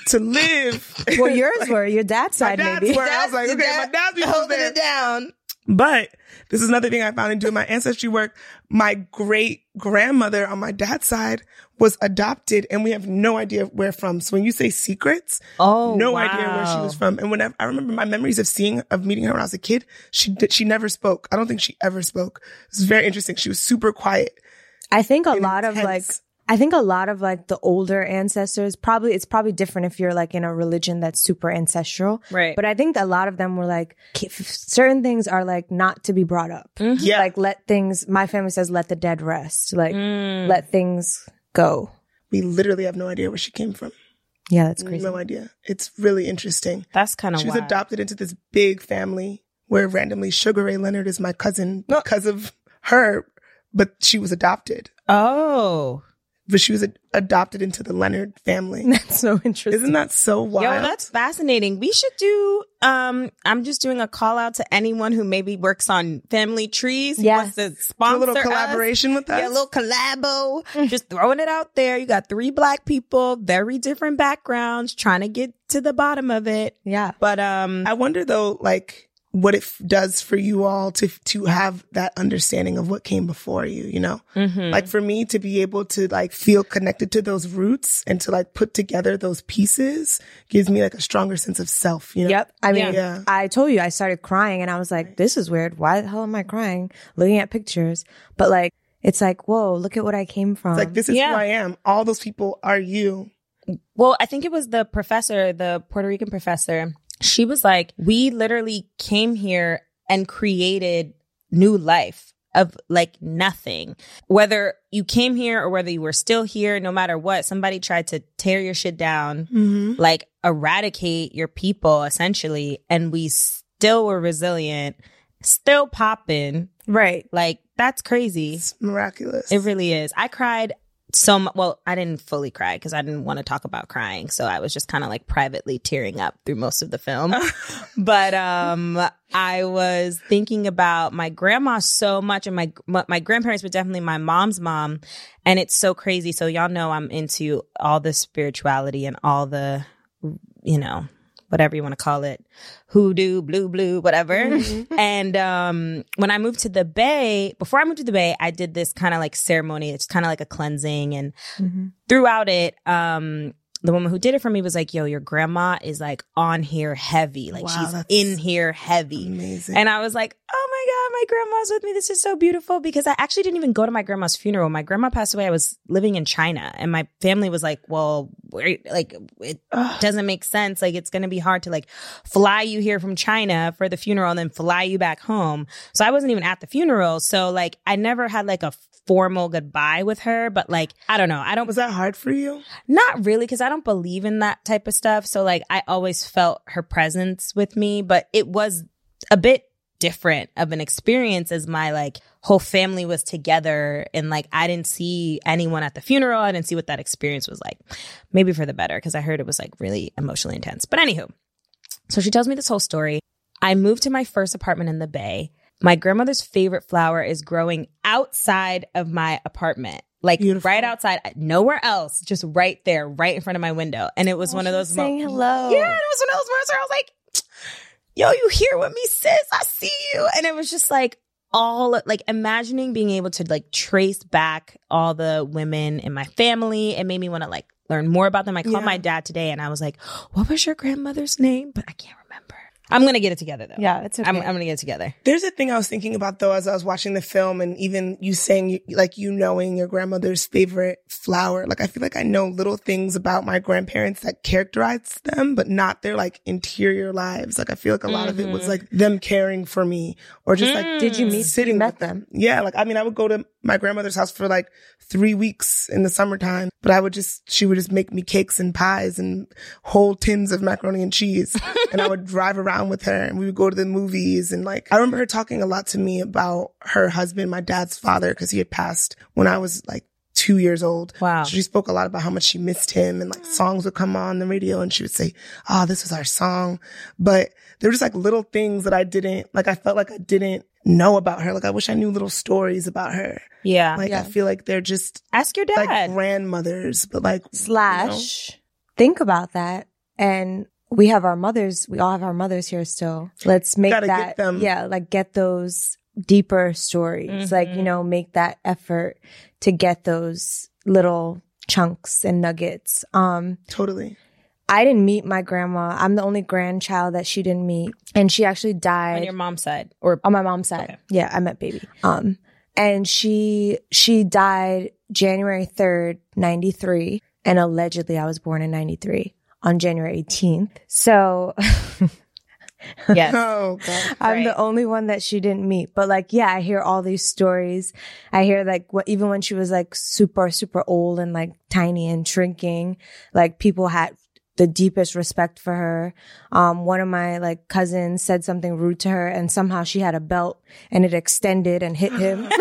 to live.
Well, yours were your dad's
my
side,
dad's
maybe.
were. I was [LAUGHS] like, okay, my
[LAUGHS]
dad's people
holding
there.
it down.
But this is another thing I found in doing my ancestry work. My great grandmother on my dad's side was adopted, and we have no idea where from. So when you say secrets,
Oh,
no idea where she
wow.
was from. And whenever I remember my memories of seeing of meeting her when I was a kid, she did, she never spoke. I don't think she ever spoke. It was very interesting. She was super quiet.
I think a
and
lot of like
intense.
I think a lot of like the older ancestors probably it's probably different if you're like in a religion that's super ancestral.
Right.
But I think a lot of them were like "K- f- certain things are like not to be brought up.
Yeah.
Like let things my family says let the dead rest. Like
Mm.
Mm,
let things go.
we literally have no idea where she came from.
Yeah, that's crazy.
No idea. It's really interesting.
That's kind of
She was
wild.
adopted into this big family where randomly Sugar Ray Leonard is my cousin because of her, but she was adopted.
oh,
But she was ad- adopted into the Leonard
[LAUGHS]
family.
[LAUGHS] That's so interesting.
Isn't that so wild?
Yo, that's fascinating. We should do. Um, I'm just doing a call out to anyone who maybe works on family trees. who
Yes.
wants to
Do
sponsor
a little
us.
collaboration with us. Mm.
Yeah, a little collabo. just throwing it out there. You got three black people, very different backgrounds, trying to get to the bottom of it.
yeah.
But um,
I wonder though, like what it f- does for you all to to have that understanding of what came before you. You know,
Mm-hmm.
like for me to be able to like feel connected to those roots and to like put together those pieces gives me like a stronger sense of self. You know,
Yep. I mean,
Yeah.
I told you I started crying and I was like, this is weird. Why the hell am I crying looking at pictures? But like, it's like, whoa, look at what I came from.
It's like this is
Yeah.
who I am. All those people are you.
well, I think it was the professor, the Puerto Rican professor. She was like, we literally came here and created new life of like nothing. Whether you came here or whether you were still here, no matter what, somebody tried to tear your shit down,
Mm-hmm.
like eradicate your people essentially. And we still were resilient, still popping.
Right.
Like, that's crazy.
It's miraculous.
It really is. I cried so much. Well, I didn't fully cry because I didn't want to talk about crying. So I was just kind of like privately tearing up through most of the film. [LAUGHS] but um, I was thinking about my grandma so much, and my my my grandparents were definitely my mom's mom, and it's so crazy. So y'all know I'm into all the spirituality and all the, you know. Whatever you want to call it, hoodoo, blue, blue, whatever.
Mm-hmm.
[LAUGHS] And um, when I moved to the Bay, before I moved to the Bay, I did this kind of like ceremony. It's kind of like a cleansing. And
Mm-hmm.
throughout it, um, the woman who did it for me was like, yo, your grandma is like on here heavy. Like
Wow,
she's
that's
in here heavy.
amazing.
And I was like, oh my God, my grandma's with me. This is so beautiful because I actually didn't even go to my grandma's funeral. My grandma passed away. I was living in China and my family was like, well, we're, like, it doesn't make sense. Like, it's going to be hard to like fly you here from China for the funeral and then fly you back home. So I wasn't even at the funeral. So like, I never had like a formal goodbye with her, but like, I don't know. I don't
was that hard for you?
not really, because I don't believe in that type of stuff. So, like, I always felt her presence with me, but it was a bit different of an experience as my like whole family was together and like I didn't see anyone at the funeral. I didn't see what that experience was like. Maybe for the better, because I heard it was like really emotionally intense. But anywho, so she tells me this whole story. I moved to my first apartment in the Bay. My grandmother's favorite flower is growing outside of my apartment. Like
Beautiful.
right outside, nowhere else, just right there, right in front of my window. And it was one of those
Oh, Saying
moments.
hello.
Yeah, and it was one of those moments where I was like, yo, you here with me, sis? I see you. And it was just like all like imagining being able to like trace back all the women in my family. It made me want to like learn more about them. I called
Yeah.
my dad today and I was like, what was your grandmother's name? But I can't remember. I'm going to get it together though.
Yeah, it's okay.
I'm, I'm going to get it together.
There's a thing I was thinking about though as I was watching the film and even you saying like you knowing your grandmother's favorite flower. Like I feel like I know little things about my grandparents that characterize them, but not their like interior lives. Like I feel like a lot of it was like them caring for me or just like
Did you meet
sitting
met
with
them?
Yeah, like I mean, I would go to my grandmother's house for like three weeks in the summertime, but I would just she would just make me cakes and pies and whole tins of macaroni and cheese, and I
[LAUGHS]
would drive around with her, and we would go to the movies, and like I remember her talking a lot to me about her husband, my dad's father, because he had passed when I was like two years old.
Wow.
She spoke a lot about how much she missed him and like songs would come on the radio and she would say, Oh, this was our song. But there were just like little things that I didn't, like I felt like I didn't know about her. Like I wish I knew little stories about her.
Yeah.
Like I feel like they're just
Ask your
like
dad.
grandmothers, but like
Slash, think about that. And we have our mothers. We all have our mothers here still. Let's make
Gotta
that.
get them.
Yeah, like get those deeper stories. Like you know, make that effort to get those little chunks and nuggets. Um,
totally.
I didn't meet my grandma. I'm the only grandchild that she didn't meet, and she actually died
on your mom's side or
on oh, my mom's side. Yeah, I met baby. Um, and she she died January third, ninety three, and allegedly I was born in ninety three on January eighteenth. So
yes.
Oh God.
I'm
Right.
the only one that she didn't meet. But like, yeah, I hear all these stories. I hear like what, even when she was like super, super old and like tiny and shrinking, like people had the deepest respect for her. Um, one of my like cousins said something rude to her and somehow she had a belt and it extended and hit him. [LAUGHS]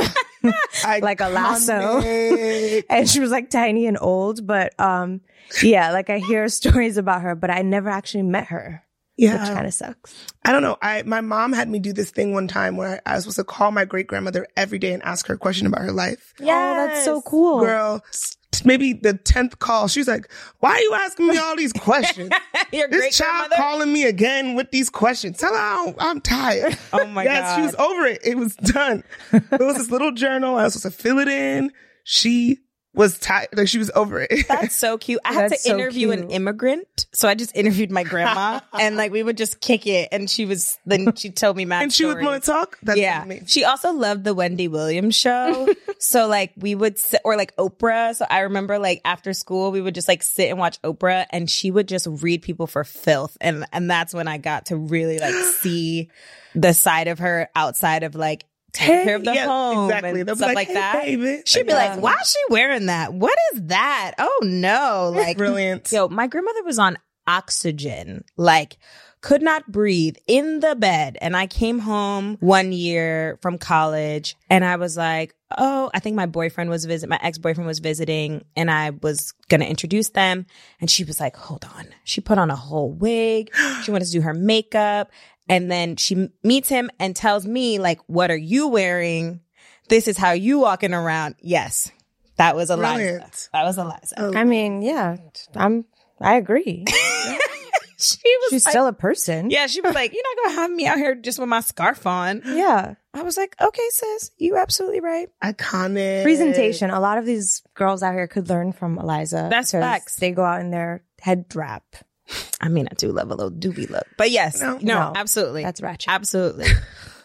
Like a lasso. [LAUGHS]
Iconic.
and she was like tiny and old, but, um, yeah, like I hear stories about her, but I never actually met her, which
yeah.
kind of sucks.
I don't know. I my mom had me do this thing one time where I, I was supposed to call my great grandmother every day and ask her a question about her life.
Yeah. Oh, that's so
Oh.
cool.
girl, s- maybe the tenth call, she's like, "Why are you asking me all these questions?
[LAUGHS] Your [LAUGHS]
this
great
child
grandmother.
calling me again with these questions. Tell her I don't- I'm tired."
[LAUGHS] oh my
yes,
god.
she was over it. It was done. It was this little journal. I was supposed to fill it in. She was tired. Like she was over it.
That's so cute. I had to
That's so
interview an
cute.
immigrant, so I just interviewed my
[LAUGHS]
grandma, and like we would just kick it. And she was then she told me my
[LAUGHS] and she would want to talk. That's
yeah,
amazing.
she also loved the Wendy Williams
[LAUGHS]
show. so like we would sit, or like Oprah. So I remember like after school we would just like sit and watch Oprah, and she would just read people for filth, and and that's when I got to really
[GASPS]
like see the side of her outside of like taking care of the
Yeah,
home
exactly.
and
They'll be
stuff like,
"Hey,
that.
baby."
She'd be like, "Why is she wearing that? What is that? Oh no!" Like,
Brilliant.
yo, my grandmother was on oxygen, like could not breathe in the bed. And I came home one year from college, and I was like, "Oh, I think my boyfriend was visit. My ex boyfriend was visiting, and I was gonna introduce them." And she was like, "Hold on." She put on a whole wig. She wanted to do her makeup. And then she m- meets him and tells me, like, what are you wearing? This is how you walking around. Yes. That was Eliza.
Brilliant.
That was Eliza.
I mean, yeah, I'm. I
[LAUGHS]
agree.
She was
She's
like,
still a person.
yeah, she was like, you're not going to have me out here just with my scarf on.
Yeah.
I was like, okay, sis, you absolutely right.
Iconic
Presentation. A lot of these girls out here could learn from Eliza.
That's
'cause
facts.
They go out in their head wrap.
I mean, I do love a little doobie look, but yes, no,
No.
No.
absolutely.
That's ratchet.
Absolutely.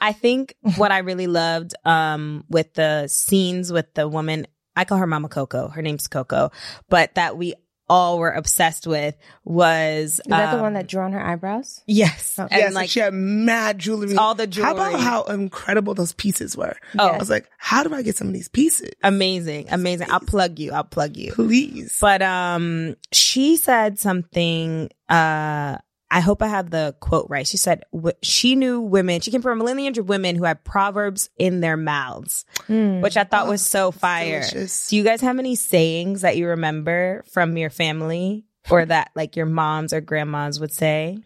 I think what I really loved um, with the scenes with the woman, I call her Mama Coco. Her name's Coco, but that we all were obsessed with was
Is that the one
um,
that drew on her eyebrows?
Yes,
Oh.
and
yes, and
like
she had mad jewelry.
all the
How about
jewelry.
how incredible those pieces were?
Oh.
I was like, how do I get some of these pieces?
amazing, amazing. I'll plug you. I'll plug you.
Please.
But um, she said something. Uh, I hope I have the quote right. She said wh- she knew women. She came from a lineage of women who had proverbs in their mouths, which I thought was so fire.
Hmm. Oh, delicious.
Do you guys have any sayings that you remember from your family or that like your moms or grandmas would say?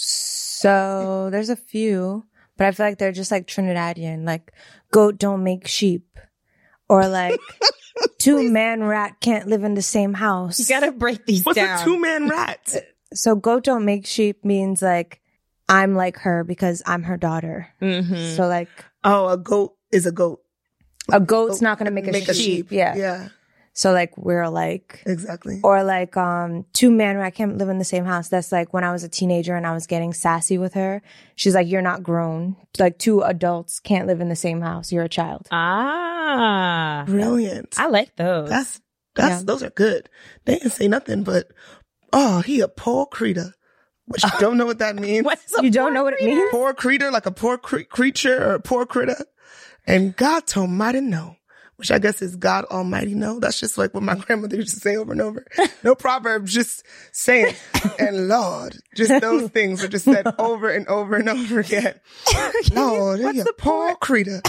So there's a few, but I feel like they're just like Trinidadian, like goat don't make sheep, or
[LAUGHS]
like two man rat can't live in the same house.
You gotta break these
What's
down.
a two man rat?
[LAUGHS]
so goat don't make sheep means like I'm like her because I'm her daughter.
Mhm.
So like
Oh, a goat is a goat.
a goat's not gonna Oh, make a, sheep. Yeah.
Yeah.
So like we're like
Exactly.
or like um two men who I can't live in the same house. That's like when I was a teenager and I was getting sassy with her. She's like, You're not grown. Like two adults can't live in the same house. You're a child.
Ah,
Brilliant.
I like those.
that's
Yeah.
that's those are good. They didn't say nothing, but oh, he a poor creature.
[LAUGHS]
Which I don't know what that means.
What's a
You don't know what it means?
Poor creature, like a poor cre- creature or a poor critter. And God Almighty know. Which I guess is God Almighty know. That's just like what my [LAUGHS] grandmother used to say over
[LAUGHS]
and over. No proverbs, just saying. and Lord, just those things were just
[LAUGHS]
said over and over and over again. Lord, they a poor creature.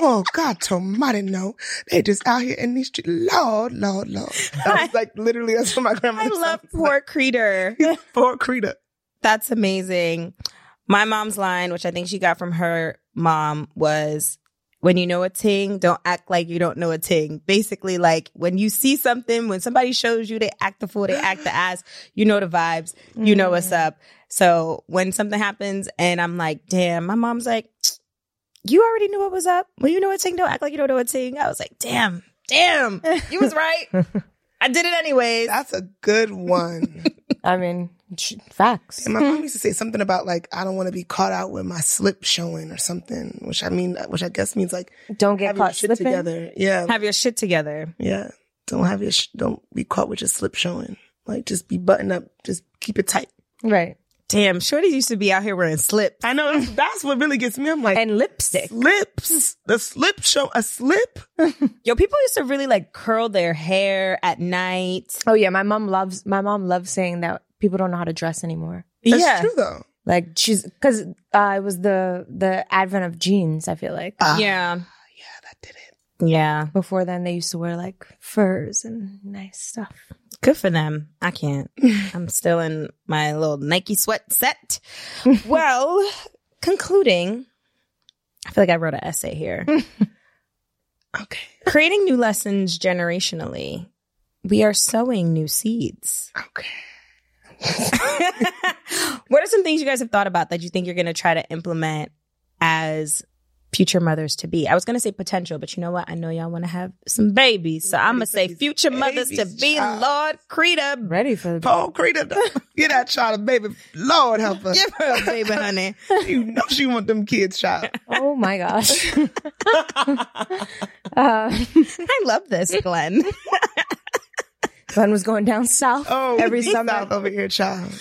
Oh, God Almighty know. They just out here in these streets. Lord, Lord, Lord.
[LAUGHS]
That was like literally that's what my
I
grandmother [LAUGHS]
love
said.
poor creature.
Poor creature.
That's amazing. My mom's line, which I think she got from her mom, was when you know a ting, don't act like you don't know a ting. Basically, like when you see something, when somebody shows you, they act the fool, they act the ass, you know the vibes, you know what's up. So when something happens and I'm like, damn, my mom's like, you already knew what was up. Well, you know a ting, don't act like you don't know a ting. I was like, damn, damn, you was right. I did it anyways.
That's a good one.
I mean, sh- facts.
And my mom used to say something about like I don't want to be caught out with my slip showing or something, which I mean, which I guess means like
Don't get
have your
caught
shit
slipping.
together. Yeah,
Have your shit together.
yeah. Don't have your sh- don't be caught with your slip showing. Like just be buttoned up, just keep it tight.
Right.
Damn, Shorty used to be out here wearing slips.
I know [LAUGHS] that's, that's what really gets me. I'm like
And lipstick.
slips, the slip show, a slip.
Yo, people used to really like curl their hair at night.
Oh yeah, my mom loves my mom loves saying that people don't know how to dress anymore.
That's
yeah.
true though.
Like she's because uh, it was the the advent of jeans. I feel like
Ah,
Yeah.
yeah, that did it.
Yeah.
before then they used to wear like furs and nice stuff.
Good for them. I can't. I'm still in my little Nike sweat set. [LAUGHS] Well, concluding, I feel like I wrote an essay here.
Okay,
Creating new lessons generationally, we are sowing new seeds.
okay.
[LAUGHS] what are some things you guys have thought about that you think you're going to try to implement as future mothers to be. I was going to say potential, but you know what? I know y'all want to have some babies. So I'm going to say future mothers to
babies,
be.
child.
Lord, Krita,
Ready for the
Paul Creta, [LAUGHS] get that child a baby. Lord help
[LAUGHS]
us.
give her a baby, honey.
You know she want them kids, child.
Oh my gosh. Uh,
I love this, Glenn.
Glenn was going down south
Oh,
every
deep
summer.
south over here, child.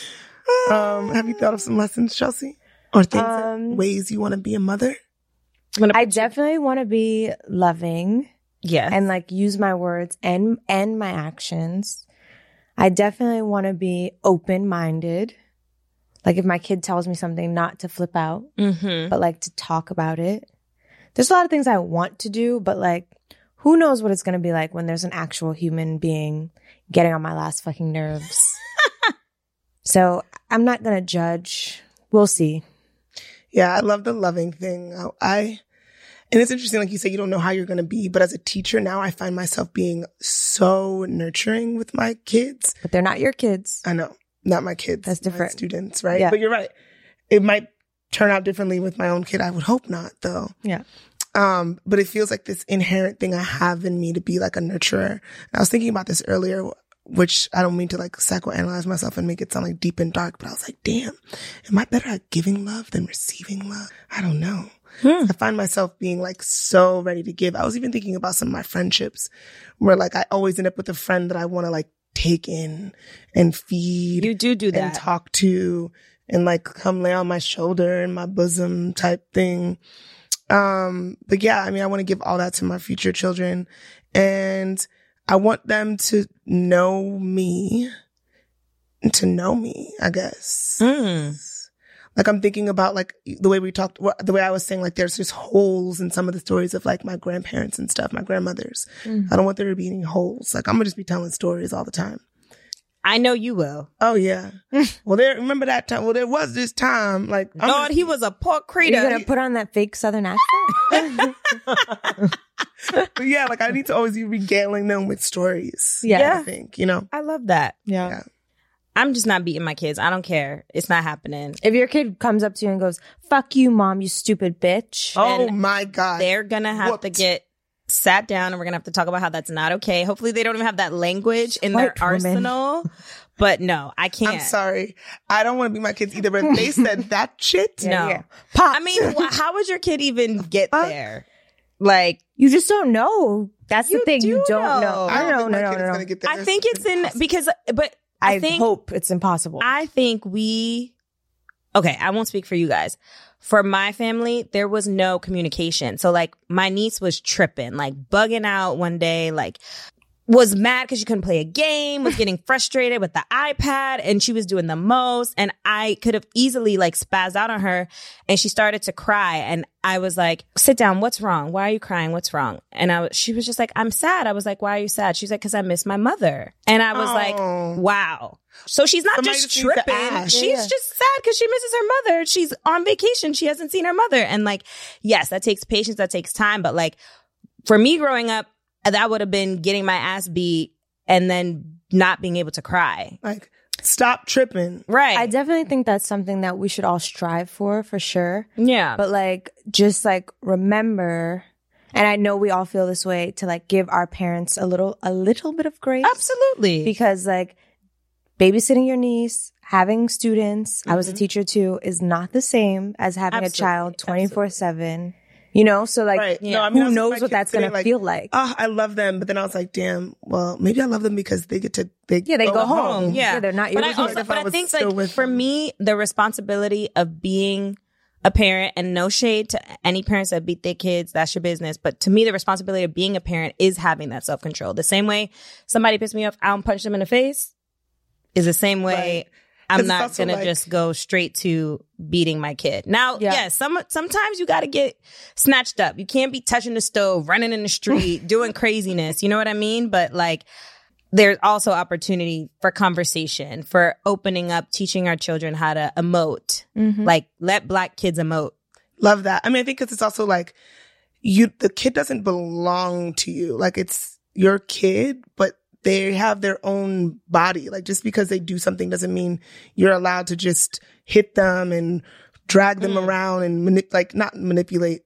Um, have you thought of some lessons, Chelsea, or things, that-
Um,
ways you want to be a mother?
I definitely want to be loving
Yes.
and like use my words and and my actions. I definitely want to be open-minded. Like if my kid tells me something not to flip out,
mm-hmm.
but like to talk about it. There's a lot of things I want to do, but like who knows what it's going to be like when there's an actual human being getting on my last fucking nerves. so, I'm not going to judge. We'll see.
Yeah, I love the loving thing. I, I and it's interesting, like you said, you don't know how you're going to be, but as a teacher now, I find myself being so nurturing with my kids.
But they're not your kids.
I know, not my kids,
That's
my
different.
students, right?
Yeah.
But you're right. It might turn out differently with my own kid. I would hope not, though.
Yeah.
Um, but it feels like this inherent thing I have in me to be like a nurturer. And I was thinking about this earlier, which I don't mean to like psychoanalyze myself and make it sound like deep and dark, but I was like, damn, am I better at giving love than receiving love? I don't know. I find myself being like so ready to give. I was even thinking about some of my friendships where like I always end up with a friend that I want to like take in and feed
You do do
and
that.
talk to and like come lay on my shoulder and my bosom type thing. Um, but yeah, I mean, I want to give all that to my future children and I want them to know me, to know me, I guess.
Mm.
Like I'm thinking about like the way we talked, wh- the way I was saying like there's just holes in some of the stories of like my grandparents and stuff, my grandmothers. I don't want there to be any holes. Like I'm gonna just be telling stories all the time.
I know you will.
[LAUGHS]
Oh yeah. well, there. Remember that time? Well, there was this time. Like, I'm
Lord,
gonna-
he was a pork
Are you
Krita.
going to put on that fake southern accent?
but [LAUGHS] yeah, like I need to always be regaling them with stories.
Yeah.
I think you know.
I love that.
yeah.
Yeah.
I'm just not beating my kids. I don't care. It's not happening.
if your kid comes up to you and goes, "Fuck you, mom, you stupid bitch."
Oh
And
my god.
They're gonna have to
Whooped.
get sat down and we're gonna have to talk about how that's not okay. Hopefully they don't even have that language in their
White woman.
arsenal. But no, I can't.
I'm sorry. I don't want to be my kids either. But if
[LAUGHS]
they said that shit.
No.
Pop.
I mean,
[LAUGHS]
wh- how would your kid even get
Uh,
there? Like,
you just don't know. That's the
You
thing you
do
don't know.
know.
I
I
don't
don't
think
know.
my
No,
kid is
no, no.
gonna get there.
I think it's in because, but I,
I
think
hope it's impossible.
I think we, okay, I won't speak for you guys. For my family, there was no communication. So, like, my niece was tripping, like, bugging out one day, like, was mad because she couldn't play a game, was getting frustrated with the iPad, and she was doing the most. And I could have easily, like, spazzed out on her, and she started to cry. And I was like, sit down. What's wrong? Why are you crying? What's wrong? And I, was, she was just like, I'm sad. I was like, why are you sad? She's like, because I miss my mother. And I was
Oh.
like, wow. So she's not
Somebody
just
just needs to
tripping.
ask.
She's just sad because she misses her mother. She's on vacation. She hasn't seen her mother. And like, yes, that takes patience. That takes time. But like, for me growing up, that would have been getting my ass beat and then not being able to cry.
like stop tripping.
Right.
I definitely think that's something that we should all strive for, for sure.
yeah.
But like, just like remember, and I know we all feel this way to like give our parents a little, a little bit of grace.
Absolutely.
Because like babysitting your niece, having students, I was
Mm-hmm.
a teacher too, is not the same as having
Absolutely,
a child 24 seven, you know? So like,
right.
yeah.
No, I mean,
who
I was with
knows
my
what
kids
that's going
today,
to feel like?
Oh, I love them, but then I was like, damn. Well, maybe I love them because they get to they
yeah, they go, home.
Yeah.
They're not your
but I
was wondering
also,
if
but
I
I
was
think
still
like
with
for
them.
me, the responsibility of being a parent and no shade to any parents that beat their kids, that's your business. But to me, the responsibility of being a parent is having that self control. The same way somebody pissed me off, I don't punch them in the face is the same way
Right. 'Cause
I'm
it's
not
also
gonna
like-
just go straight to beating my kid. Now,
Yeah.
yes, some sometimes you gotta get snatched up. You can't be touching the stove, running in the
[LAUGHS]
street, doing craziness. You know what I mean? But like there's also opportunity for conversation, for opening up, teaching our children how to emote.
Mm-hmm.
Like let black kids emote.
Love that. I mean, I think because it's also like you, the kid doesn't belong to you. Like it's your kid, but they have their own body. Like just because they do something doesn't mean you're allowed to just hit them and drag them around and manip- like not manipulate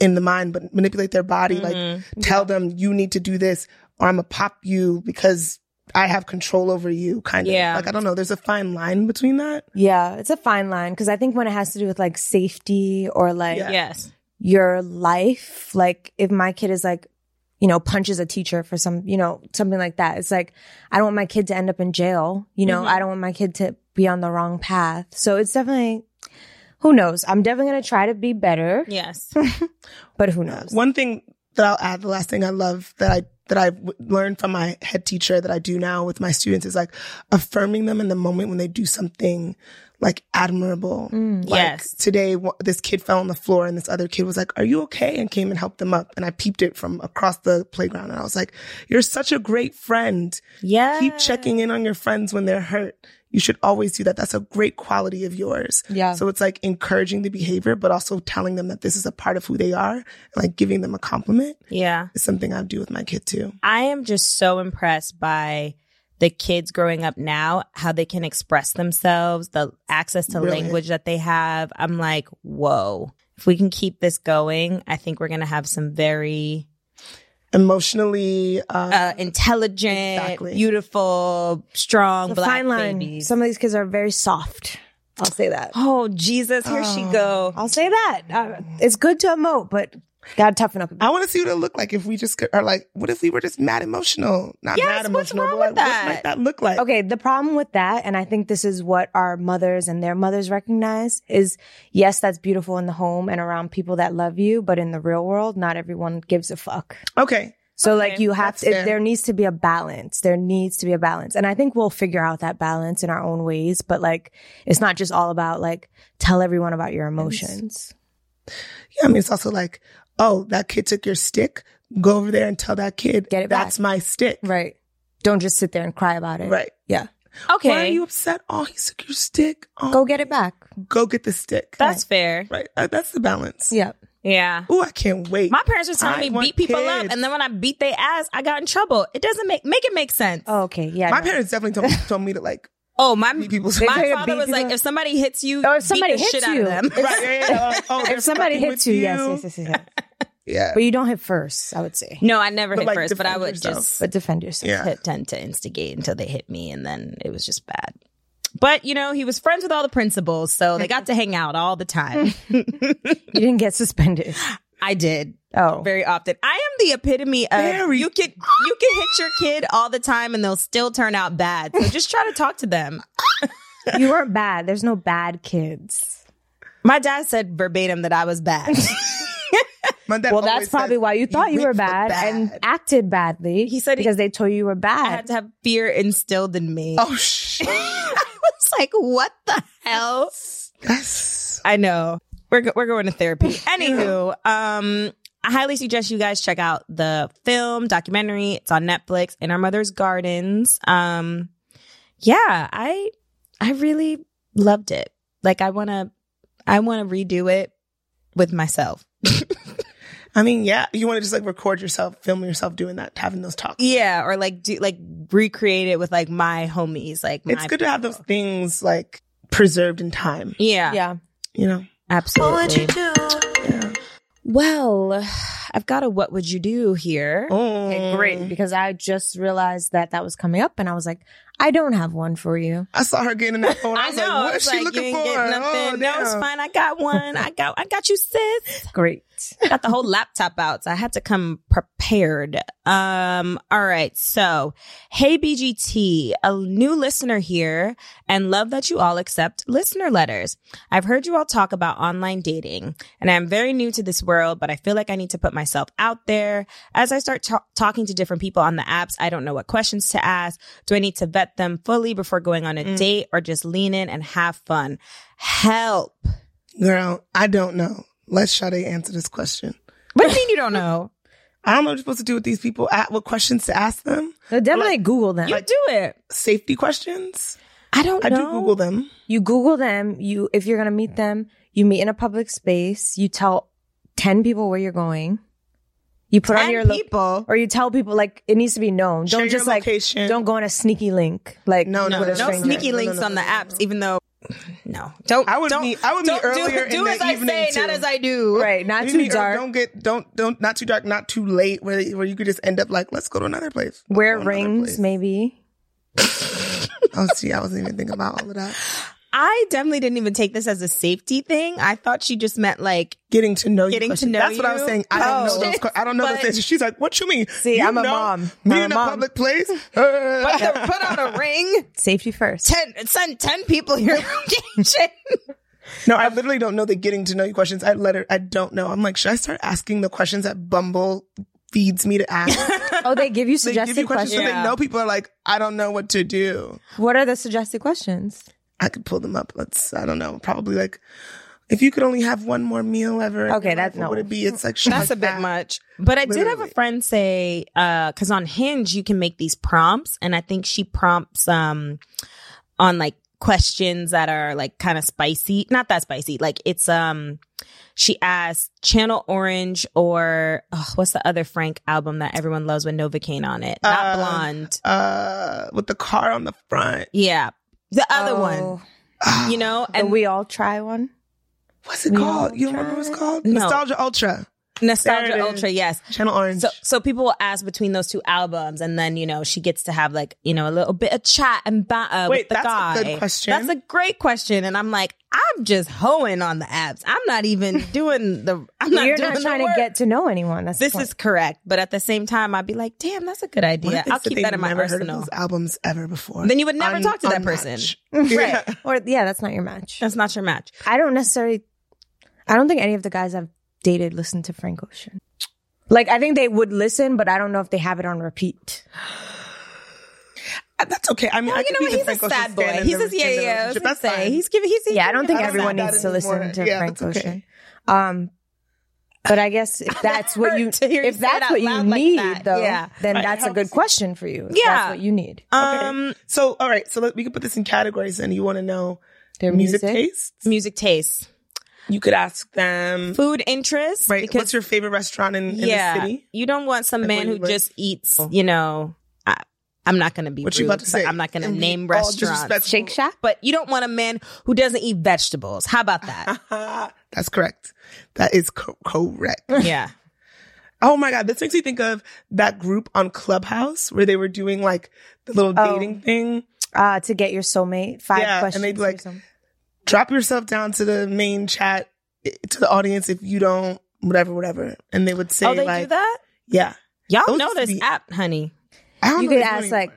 in the mind, but manipulate their body,
Mm-hmm.
like tell them you need to do this or I'm gonna pop you because I have control over you kind of.
Yeah.
Like I don't know, there's a fine line between that.
Yeah, it's a fine line because I think when it has to do with like safety or like
Yeah.
Yes.
your life, like if my kid is like, you know, punches a teacher for some, you know, something like that, it's like, I don't want my kid to end up in jail. You
Mm-hmm.
know, I don't want my kid to be on the wrong path. So it's definitely, who knows? I'm definitely going to try to be better,
[LAUGHS]
Yes.
but who knows?
One thing that I'll add, the last thing I love that I that I've w- learned from my head teacher that I do now with my students is like affirming them in the moment when they do something like admirable. Like
Yes.
today, w- this kid fell on the floor and this other kid was like, "Are you okay?" and came and helped them up. And I peeped it from across the playground, and I was like, "You're such a great friend.
Yeah.
Ah.
Keep checking in on your friends when they're hurt. You should always do that. That's a great quality of yours.
Yeah.
So it's like encouraging the behavior, but also telling them that this is a part of who they are. And like giving them a compliment
Yeah.
is something I do with my kid too.
I am just so impressed by the kids growing up now, how they can express themselves, the access to
Really?
language that they have. I'm like, whoa. If we can keep this going, I think we're going to have some very
Emotionally, uh,
uh, intelligent,
Exactly.
beautiful, strong
The
black
fine line.
babies.
Some of these kids are very soft. I'll say that.
oh, Jesus, here she
Oh.
go.
I'll say that. Uh, it's good to emote, but gotta toughen up. a bit.
I want to see what it look like if we just could- are like, what if we were just mad emotional? Not
Yes,
mad
what's
emotional,
wrong
but like,
with
what
that?
might that look like?
Okay, the problem with that, and I think this is what our mothers and their mothers recognize is yes, that's beautiful in the home and around people that love you, but in the real world, not everyone gives a fuck.
Okay.
So, like, you have
that's
to,
fair.
there needs to be a balance. There needs to be a balance. And I think we'll figure out that balance in our own ways, but like, it's not just all about like, tell everyone about your emotions.
Yeah, I mean, it's also like, oh, that kid took your stick. Go over there and tell that kid
Get it back.
that's my stick.
Right. Don't just sit there and cry about it.
Right.
Yeah.
Okay.
Why are you upset? Oh, he took your stick. Oh,
Go get it back.
go get the stick.
That's fair.
right. Uh, That's the balance.
Yeah.
Yeah.
Ooh, I can't wait.
My parents were
I
telling me
want
beat people
kids.
up, and then when I beat their ass, I got in trouble. It doesn't make make it make sense.
Oh, okay. Yeah.
My
no.
parents
[LAUGHS]
definitely told, told me to like.
Oh, my
Beat people. They
my
tell you to
father
beat
was
people
like,
up.
if somebody hits you,
Or if somebody
beat the
hits
shit
you.
out of them. [LAUGHS]
Right, yeah, yeah, yeah. Oh,
[LAUGHS]
they're
if somebody
fucking
hits
with
you, yes, yes, yes, yes, yes.
Yeah.
But you don't hit first, I would say.
No, I never
But,
hit
like,
first, but I
defend
would
yourself.
just
But defend yourself.
Yeah.
t- tend to instigate until they hit me, and then it was just bad. But you know, he was friends with all the principals, so they got to hang out all the
[LAUGHS]
time.
You didn't get
[LAUGHS]
suspended.
I did
Oh.
very often. I am the epitome of
Very.
you can you can hit your kid all the time, and they'll still turn out bad. So just try to talk to them.
[LAUGHS] you weren't bad. There's no bad kids.
My dad said verbatim that I was
[LAUGHS]
bad.
My dad
Well, that's
always
probably
says,
why you thought you
went
were
for
bad, and acted badly.
He said he-
because they told you you were
I
bad.
had to have fear instilled in me.
Oh shit.
[LAUGHS] I was like, what the hell?
That's
I know. We're, go- we're going to [LAUGHS] therapy. Anywho, um, I highly suggest you guys check out the film documentary. It's on Netflix in our mother's gardens. Um, yeah, I I really loved it. Like I wanna I wanna redo it with myself.
I mean, yeah. You want to just like record yourself, film yourself doing that, having those talks.
Yeah, or like do like recreate it with like my homies. Like my
It's good to have those things like preserved in time.
Yeah, yeah,
yeah.
You know.
absolutely.
Yeah.
Well, [SIGHS] I've got a what would you do here.
Oh.
Mm.
Okay, great. Because I just realized that that was coming up, and I was like, I don't have one for you.
I saw her
[LAUGHS]
getting that phone. I, was like, what
it's
is she looking
you
for?
ain't get
Oh,
nothing. no, it's
damn.
fine. I got one. I got I got you, sis.
Great.
Got the whole laptop out. So I had to come prepared. Um, all right. So hey BGT, a new listener here, and love that you all accept listener letters. I've heard you all talk about online dating, and I'm very new to this world, but I feel like I need to put myself out there. As I start ta- talking to different people on the apps, I don't know what questions to ask. Do I need to vet them fully before going on a date or just lean in and have fun? Help.
Girl, I don't know. Let Sade answer this question.
What do you mean you don't [LAUGHS] know?
I don't know what you're supposed to do with these people. At what questions to ask them?
So definitely Google them.
You do it.
Safety questions.
I don't
I
know.
do Google them.
You Google them. You, if you're gonna meet them, you meet in a public space. You tell ten people where you're going. You put on
And
your lo-
people.
or you tell people like it needs to be known.
Share
Don't
your
just like
location.
don't go on a sneaky link. Like
No, no,
with a
no,
no
stranger.
sneaky
No, no,
links
no,
on
no,
the
no,
apps, even though no, don't.
I would
don't,
meet- I would
don't
meet
do-
earlier in
Do,
the
as I
evening,
say,
too.
not as I do.
Right, not
You
too
need- or
dark.
Don't get don't don't not too dark, not too late, where where you could just end up like, let's go to another place. Let's
Wear
go to another
rings,
place.
maybe.
Oh, see, I wasn't even thinking about all of that.
I definitely didn't even take this as a safety thing. I thought she just meant like
Getting to know you.
Getting to
question.
know
That's what I was
you?
saying. I don't
Oh.
know those. que- I don't know
But-
those things. She's like, what you mean?
See,
You
I'm a
know
mom.
Me
I'm a
in a
mom. [LAUGHS]
public place.
put, [LAUGHS] the- put on a ring.
Safety
[LAUGHS]
first.
Ten, send ten people [LAUGHS] your location.
No, I literally don't know the getting to know you questions. I let her. I don't know. I'm like, should I start asking the questions that Bumble feeds me to
[LAUGHS]
ask?
Oh, they give you
they
suggested
give you questions,
questions.
so
Yeah.
they know people are like, I don't know what to do.
What are the suggested questions?
I could pull them up. Let's. I don't know. Probably like, if you could only have one more meal ever. in
Okay,
your
that's
life, what
no.
would it be? It's like shit
That's a
like
bit
that.
much. But I did have a
Literally.
friend say, because on Hinge you can make these prompts, and I think she prompts um on like questions that are like kind of spicy. Not that spicy. Like it's um she asked Channel Orange or oh, what's the other Frank album that everyone loves with Novocaine on it? Not
Uh,
Blonde.
Uh, with the car on the front.
Yeah. The other
Oh,
one. You know?
And
And
we all try one.
What's it called? You don't remember what it's called?
No.
Nostalgia Ultra. There
Nostalgia
it is.
Ultra, yes.
Channel Orange.
So, so people will ask between those two albums, and then you know she gets to have like you know a little bit of chat and banter with
Wait,
the
that's
guy.
a good question.
That's a great question, and I'm like, I'm just hoeing on the apps. I'm not
[LAUGHS]
even doing the. I'm not
You're
doing
not
the
trying to
work.
get to know anyone. That's the
This
point.
is correct, but at the same time, I'd be like, damn, that's a good
What
idea.
if they
I'll
said
keep
they
that in my
never heard of
arsenal.
those albums ever before.
Then you would never talk to that
unmatched.
[LAUGHS]
right. Or yeah, that's not your match.
That's not your match.
I don't necessarily. I don't think any of the guys I've dated listen to Frank Ocean. Like I think they would listen, but I don't know if they have it on repeat.
Uh, That's okay. I mean, I
Oh, you
could
know
be
what?
the
He's a
Frank Ocean
sad boy.
stand in
He's a yeah,
the- in the
yeah. I was
relationship.
gonna
That's
say
fine.
he's giving. He's, he's
Yeah, I don't think
I don't
everyone
like that
needs to listen
anymore.
to
Yeah,
Frank
that's okay.
Ocean. Um, but I guess
[LAUGHS]
if that's what you
to hear you
if
say
that's
it out
what you
loud like
need
that.
though,
Yeah.
then
Right, it
that's a good
helps.
question for you. If
Yeah.
that's what you need.
um
So, all right. So let, we can put this in categories. And you want to know
Their
music,
music,
tastes?
music taste,
You could ask them.
food interest,
Right.
Because
What's your favorite restaurant in, in the city? [LAUGHS]
You don't want some
Like,
man
where
who
you live?
just eats, you know, I, I'm not going to be
What
rude,
you about to
but
say?
I'm not going to
And we
name
all
restaurants.
disrespectful.
Shake Shack.
But you don't want a man who doesn't eat vegetables. How about that?
[LAUGHS] That's correct. That is co- correct.
[LAUGHS] yeah.
Oh my God. This makes me think of that group on Clubhouse where they were doing like the little
Oh.
dating thing.
Uh, to get your soulmate, five
Yeah, and
questions.
they'd be
or
like,
something.
Drop yourself down to the main chat, i- to the audience if you don't, whatever, whatever. And they would say,
oh, they
like,
do that?
yeah.
Y'all
those
know
used to
this
be-
app, honey.
I don't
you
know
could
if
ask
anyone-
like,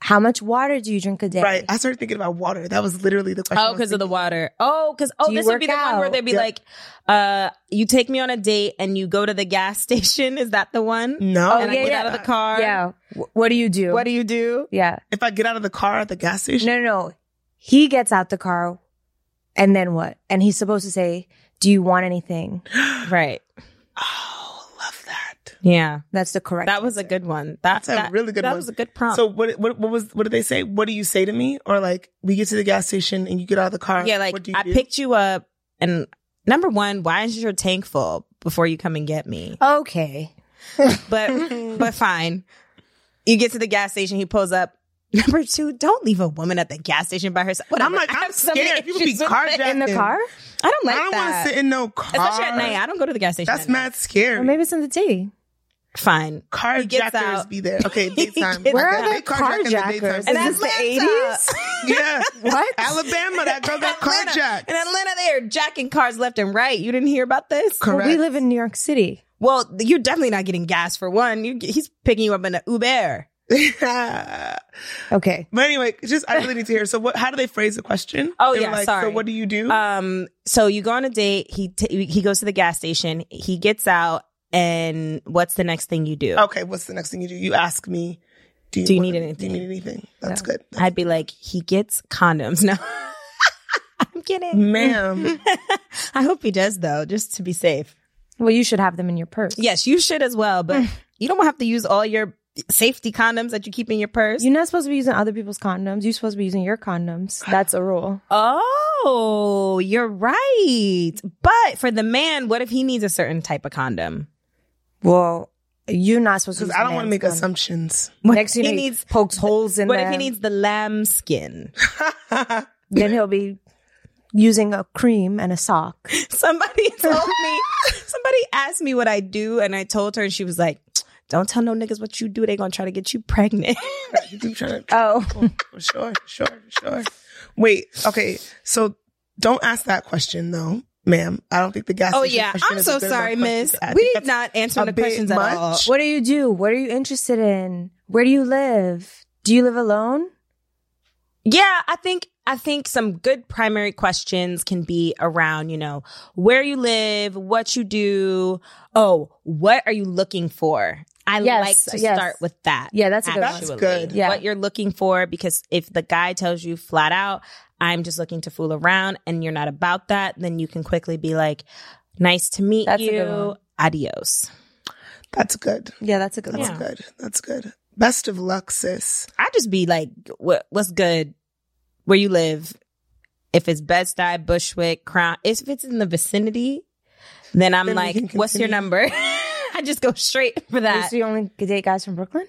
how much water do you drink a day?
Right. I started thinking about water. That was literally the question.
Oh,
I was
because of the
thinking.
water. Oh, because oh,
Do you
this would be the
work
one where
out?
they'd be
Yeah.
like, uh, "You take me on a date and you go to the gas [LAUGHS] station." Is that the one?
No.
Oh,
Mm. and I
yeah,
get
yeah.
out of the car.
Yeah. Wh- What do you do?
What do you do?
yeah.
If I get out of the car at the gas station,
No, no, no. He gets out the car, and then what? And he's supposed to say, "Do you want anything?"
Right.
oh, love that.
Yeah.
That's the correct.
That was a good one. That,
That's a
that-
really good
That
one.
was a good prompt.
So what, what what was what did they say? What do you say to me? Or like we get to the gas station and you get out of the car.
Yeah, like
what do you
I
do?
picked you up, and number one, why is your tank full before you come and get me?
okay.
[LAUGHS]
But but fine. You get to the gas station, he pulls up. [LAUGHS] Number two, don't leave a woman at the gas station by herself.
I'm
Whatever.
like,
I
I'm
have so many
scared. People be
issues with it.
carjacked
In the
Yeah.
car,
I don't like
I don't want
that.
to sit in no car.
Especially at night. I don't go to the gas station.
That's
at night.
mad scary.
or maybe it's in the day.
Fine. gets
carjackers
out.
be there.
[LAUGHS]
Okay,
He
daytime.
gets
Where
I
are
got-
the
they carjack uh, in daytime.
carjackers? Is this the
Atlanta.
80s?
[LAUGHS]
[LAUGHS]
Yeah.
What?
Alabama, that girl got
Atlanta.
carjacked.
In Atlanta, they are jacking cars left and right. You didn't hear about this?
Well,
Correct.
we live in New York City.
Well, you're definitely not getting gas for one. You, he's picking you up in an Uber.
[LAUGHS] Yeah.
Okay.
But anyway, just I really need to hear. So, what? How do they phrase the question?
Oh,
They were
yeah,
like,
sorry.
So, what do you do?
Um, so you go on a date. He t- he goes to the gas station. He gets out, and what's the next thing you do?
Oh.
okay, what's the next thing you do? You ask me. Do you,
Do you
wanna-
need
Do
anything?
you need anything? That's good.
I'd be like, he gets condoms. [LAUGHS] No, I'm
Mm.
kidding. [LAUGHS]
Ma'am,
I hope he does though, just to be safe. Mm.
Well, you should have them in your purse.
Yes, you should as well, but you don't have to use all your safety condoms that you keep in your purse.
You're not supposed to be using other people's condoms. You're supposed to be using your condoms. That's a rule.
oh, you're right. But for the man, what if he needs a certain type of condom?
Well, you're not supposed to.
because
use
I don't want
man's
to make
condom.
assumptions.
What
Next,
if
you
he
know, he
needs
pokes holes in.
What if he
them.
needs the lamb skin?
Then he'll be using a cream and a sock.
[LAUGHS] Somebody told me, somebody asked me what I do, and I told her, and she was like, Don't tell no niggas what you do. They gonna try to get you pregnant.
You do try to-
Oh,
For sure, sure, sure. Wait, okay. So don't ask that question though, ma'am. I don't think the gas.
oh
station
yeah.
question
I'm
is
so
a good
sorry,
enough question
miss.
to ask.
We did
That's
not
a
answer the
bit
questions at
much.
all.
what do you do? What are you interested in? Where do you live? Do you live alone?
Yeah, I think I think some good primary questions can be around, you know, where you live, what you do. Oh, what are you looking for? I
Yes,
like to
yes.
start with that.
Yeah, that's a good one.
That's
actually.
good.
Yeah.
What you're looking for because if the guy tells you flat out, I'm just looking to fool around and you're not about that, then you can quickly be like, nice to meet
That's a
you.
good one.
Adios.
That's good.
Yeah, that's a good
That's
Yeah.
good. That's good. Best of luck, sis.
I just be like, what, what's good? Where you live? If it's Bed Stuy, Bushwick, Crown, if it's in the vicinity, then I'm
Then we
like,
can
what's your
continue.
number? [LAUGHS] I just go straight for
one.
that.
So you only date guys from Brooklyn?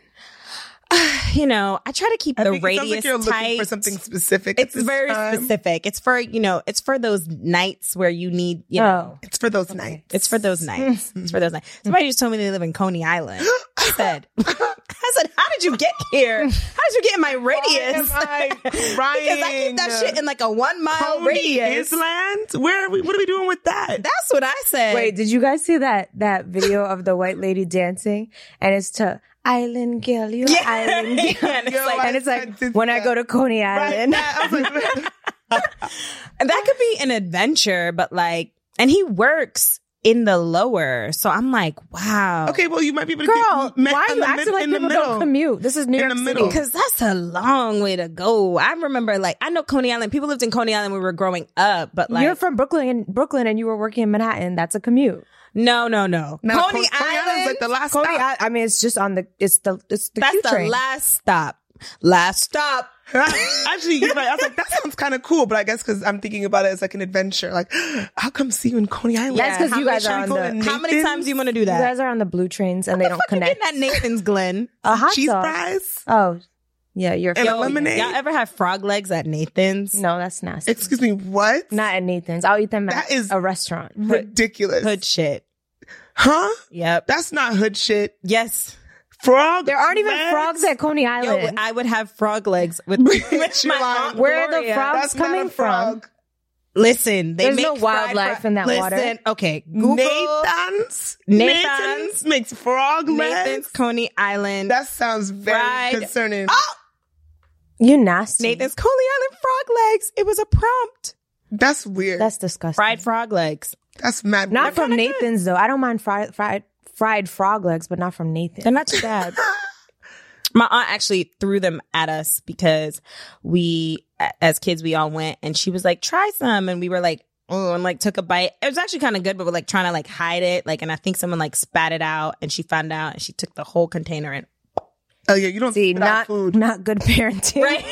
You know, I try to keep
I
the
think it sounds
radius
like you're looking
tight.
for something specific. at
it's
this
very
time.
specific. It's for you know, it's for those nights where you need you
Oh.
know.
It's for those nights.
It's for
[LAUGHS]
those nights. it's for those nights. Somebody just told me they live in Coney Island. I said, [LAUGHS] I said, how did you get here? How did you get in
[LAUGHS]
my radius?
[LAUGHS]
because I keep that shit in like a one mile
Coney
radius.
uh, Island. Where are we? What are we doing with that?
That's what I said. [LAUGHS]
Wait, did you guys see that that video of the white lady dancing? And it's to Island Girl, you
Yeah.
[LAUGHS]
Island Girl.
and it's
Yo,
like,
I-
And it's like
sent
when
it
I go to Coney Island.
[LAUGHS] I was
[LAUGHS]
like,
and that could be an adventure, but like, and he works in the lower, so I'm like, wow,
okay, well, you might be able to
Girl,
get
[LAUGHS]
met
why are
in
you
the
acting
mid-
like
in the
people don't
middle.
commute? This is New
In
York
the
City.
middle.
Because that's a long way to go. I remember, like, I know Coney Island. People lived in Coney Island when we were growing up, but like,
You're from Brooklyn and Brooklyn and you were working in Manhattan. That's a commute.
no, no, no.
Now,
Coney,
Coney Island's
Island,
like the last
Coney
stop.
I, I mean it's just on the it's the it's the
that's
Q
the
train.
last stop. Last stop.
[LAUGHS] Actually, you're right. I was like, that sounds kind of cool, but I guess because I'm thinking about it as like an adventure. Like, [GASPS] I'll come see you in Coney Island.
That's 'cause
How
you
many
guys
should
are
we
on
go
the-
to
How many
Nathan's?
times do you want to do
you
that?
guys are on the blue trains and they don't
Fucking
connect.
Getting that Nathan's Glen.
A hot
cheese
dog.
fries?
Oh, yeah, you're
And a
filthy.
lemon- Lemonade.
Y'all ever have frog legs at Nathan's?
No, that's nasty.
Excuse me, what?
Not at Nathan's. I'll eat them at
That is
a restaurant.
ridiculous.
Hood shit.
Huh?
Yep.
That's not hood shit.
Yes.
Frog.
There aren't even
legs?
frogs at Coney
Yo,
Island.
I would have frog legs
[LAUGHS]
with, with
You're
my
lying.
aunt
Where are the
Gloria.
frogs
That's not
coming
a frog.
Listen, they
There's
make
no
fried
wildlife
fro-
in that
Listen,
water.
Okay, Google
Nathan's.
Nathan's-
makes frog legs.
Nathan's Coney Island.
That sounds very
Fried-
concerning.
oh,
you nasty.
Nathan's Coney Island frog legs. It was a prompt.
That's weird. That's,
That's disgusting.
Fried frog legs.
mad.
not
weird.
from Nathan's though. I don't mind fried fried fried frog legs, but not from
They're
Nathan.
not too bad. [LAUGHS] My aunt actually threw them at us because we, a- as kids, we all went and she was like, try some. And we were like, oh, and like took a bite. It was actually kind of good, but we're like trying to like hide it. Like, and I think someone like spat it out and she found out and she took the whole container and, [LAUGHS]
Oh yeah, you don't
See,
spit
not
out food.
not good parenting.
right?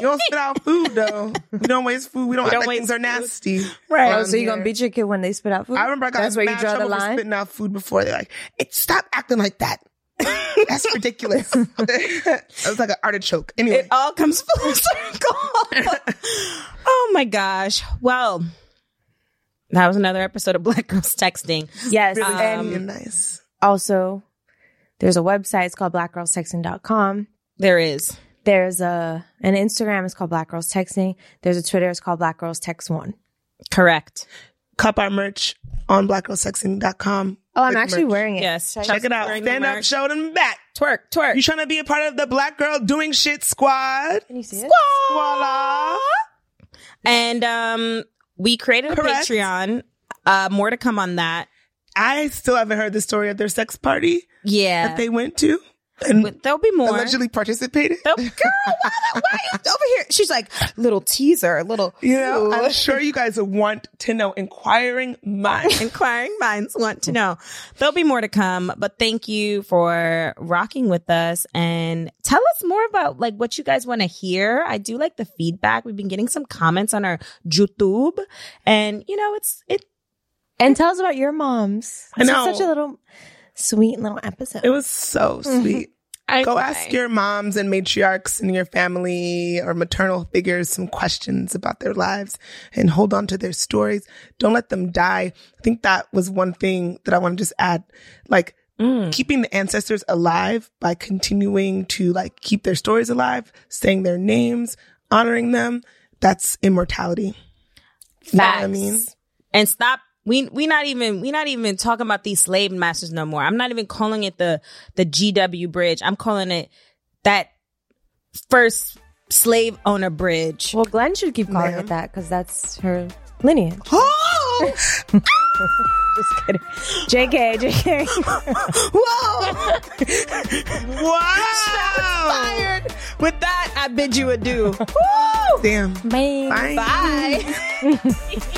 You don't spit out food
[LAUGHS]
though. We don't waste food. We don't,
don't
act like
waste
things are
food.
nasty.
Right.
Oh, [LAUGHS] so you're gonna beat your kid when they spit out food?
I remember I got
That's
That's
where
mad
you draw the
trouble for
line.
spitting out food before. They're like, it, stop acting like that.
[LAUGHS]
That's ridiculous. [LAUGHS] it was like an artichoke. Anyway,
It all comes [LAUGHS] full circle. [LAUGHS] oh my gosh. Well, that was another episode of Black Girls Texting.
yes,
really
uh, and
good and nice.
also there's a website. It's called blackgirlstexting.com.
There is.
There's a an Instagram. It's called Black Girls Texting. There's a Twitter. It's called Black Girls Text One.
Correct.
Cop our merch on blackgirlsexing.com.
Oh, I'm
Good
actually
merch.
wearing it.
Yes.
Check it out.
Wearing
Stand
the
up,
merch.
show them back.
Twerk, twerk.
You trying to be a part of the Black Girl Doing Shit Squad?
Can you see it?
Voila.
and um, we created a
Correct.
Patreon. Uh, more to come on that.
I still haven't heard the story of their sex party
Yeah.
that they went to and
But There'll be more.
allegedly participated.
There'll- [LAUGHS] Girl, why, why are you over here? She's like, little teaser,
[LAUGHS]
little
You know, I'm sure you guys want to know.
[LAUGHS]
Inquiring minds.
inquiring minds want to know. There'll be more to come, but thank you for rocking with us and tell us more about like what you guys want to hear. I do like the feedback. We've been getting some comments on our YouTube and you know, it's it
And tell us about your moms.
I
This
know.
was such a little sweet little episode.
It was so sweet. Go ask your moms and matriarchs in your family or maternal figures some questions about their lives and hold on to their stories. Don't let them die. I think that was one thing that I want to just add. Like, keeping the ancestors alive by continuing to like keep their stories alive, saying their names, honoring them, that's immortality. You know what I
Facts.
mean?
And stop. We we not even we not even talking about these slave masters no more. I'm not even calling it the the GW bridge. I'm calling it that first slave owner bridge.
Well, Glenn should keep calling it that because that's her lineage.
[LAUGHS] Oh!
Just kidding. JK, JK.
[LAUGHS] Whoa! wow!
With that, I bid you adieu.
Damn.
Bye.
Bye. [LAUGHS]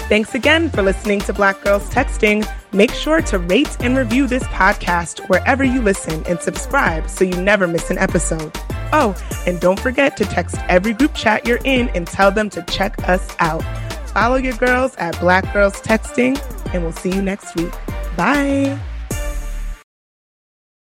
Thanks again for listening to Black Girls Texting. Make sure to rate and review this podcast wherever you listen and subscribe so you never miss an episode. Oh, and don't forget to text every group chat you're in and tell them to check us out. Follow your girls at Black Girls Texting, and we'll see you next week. Bye.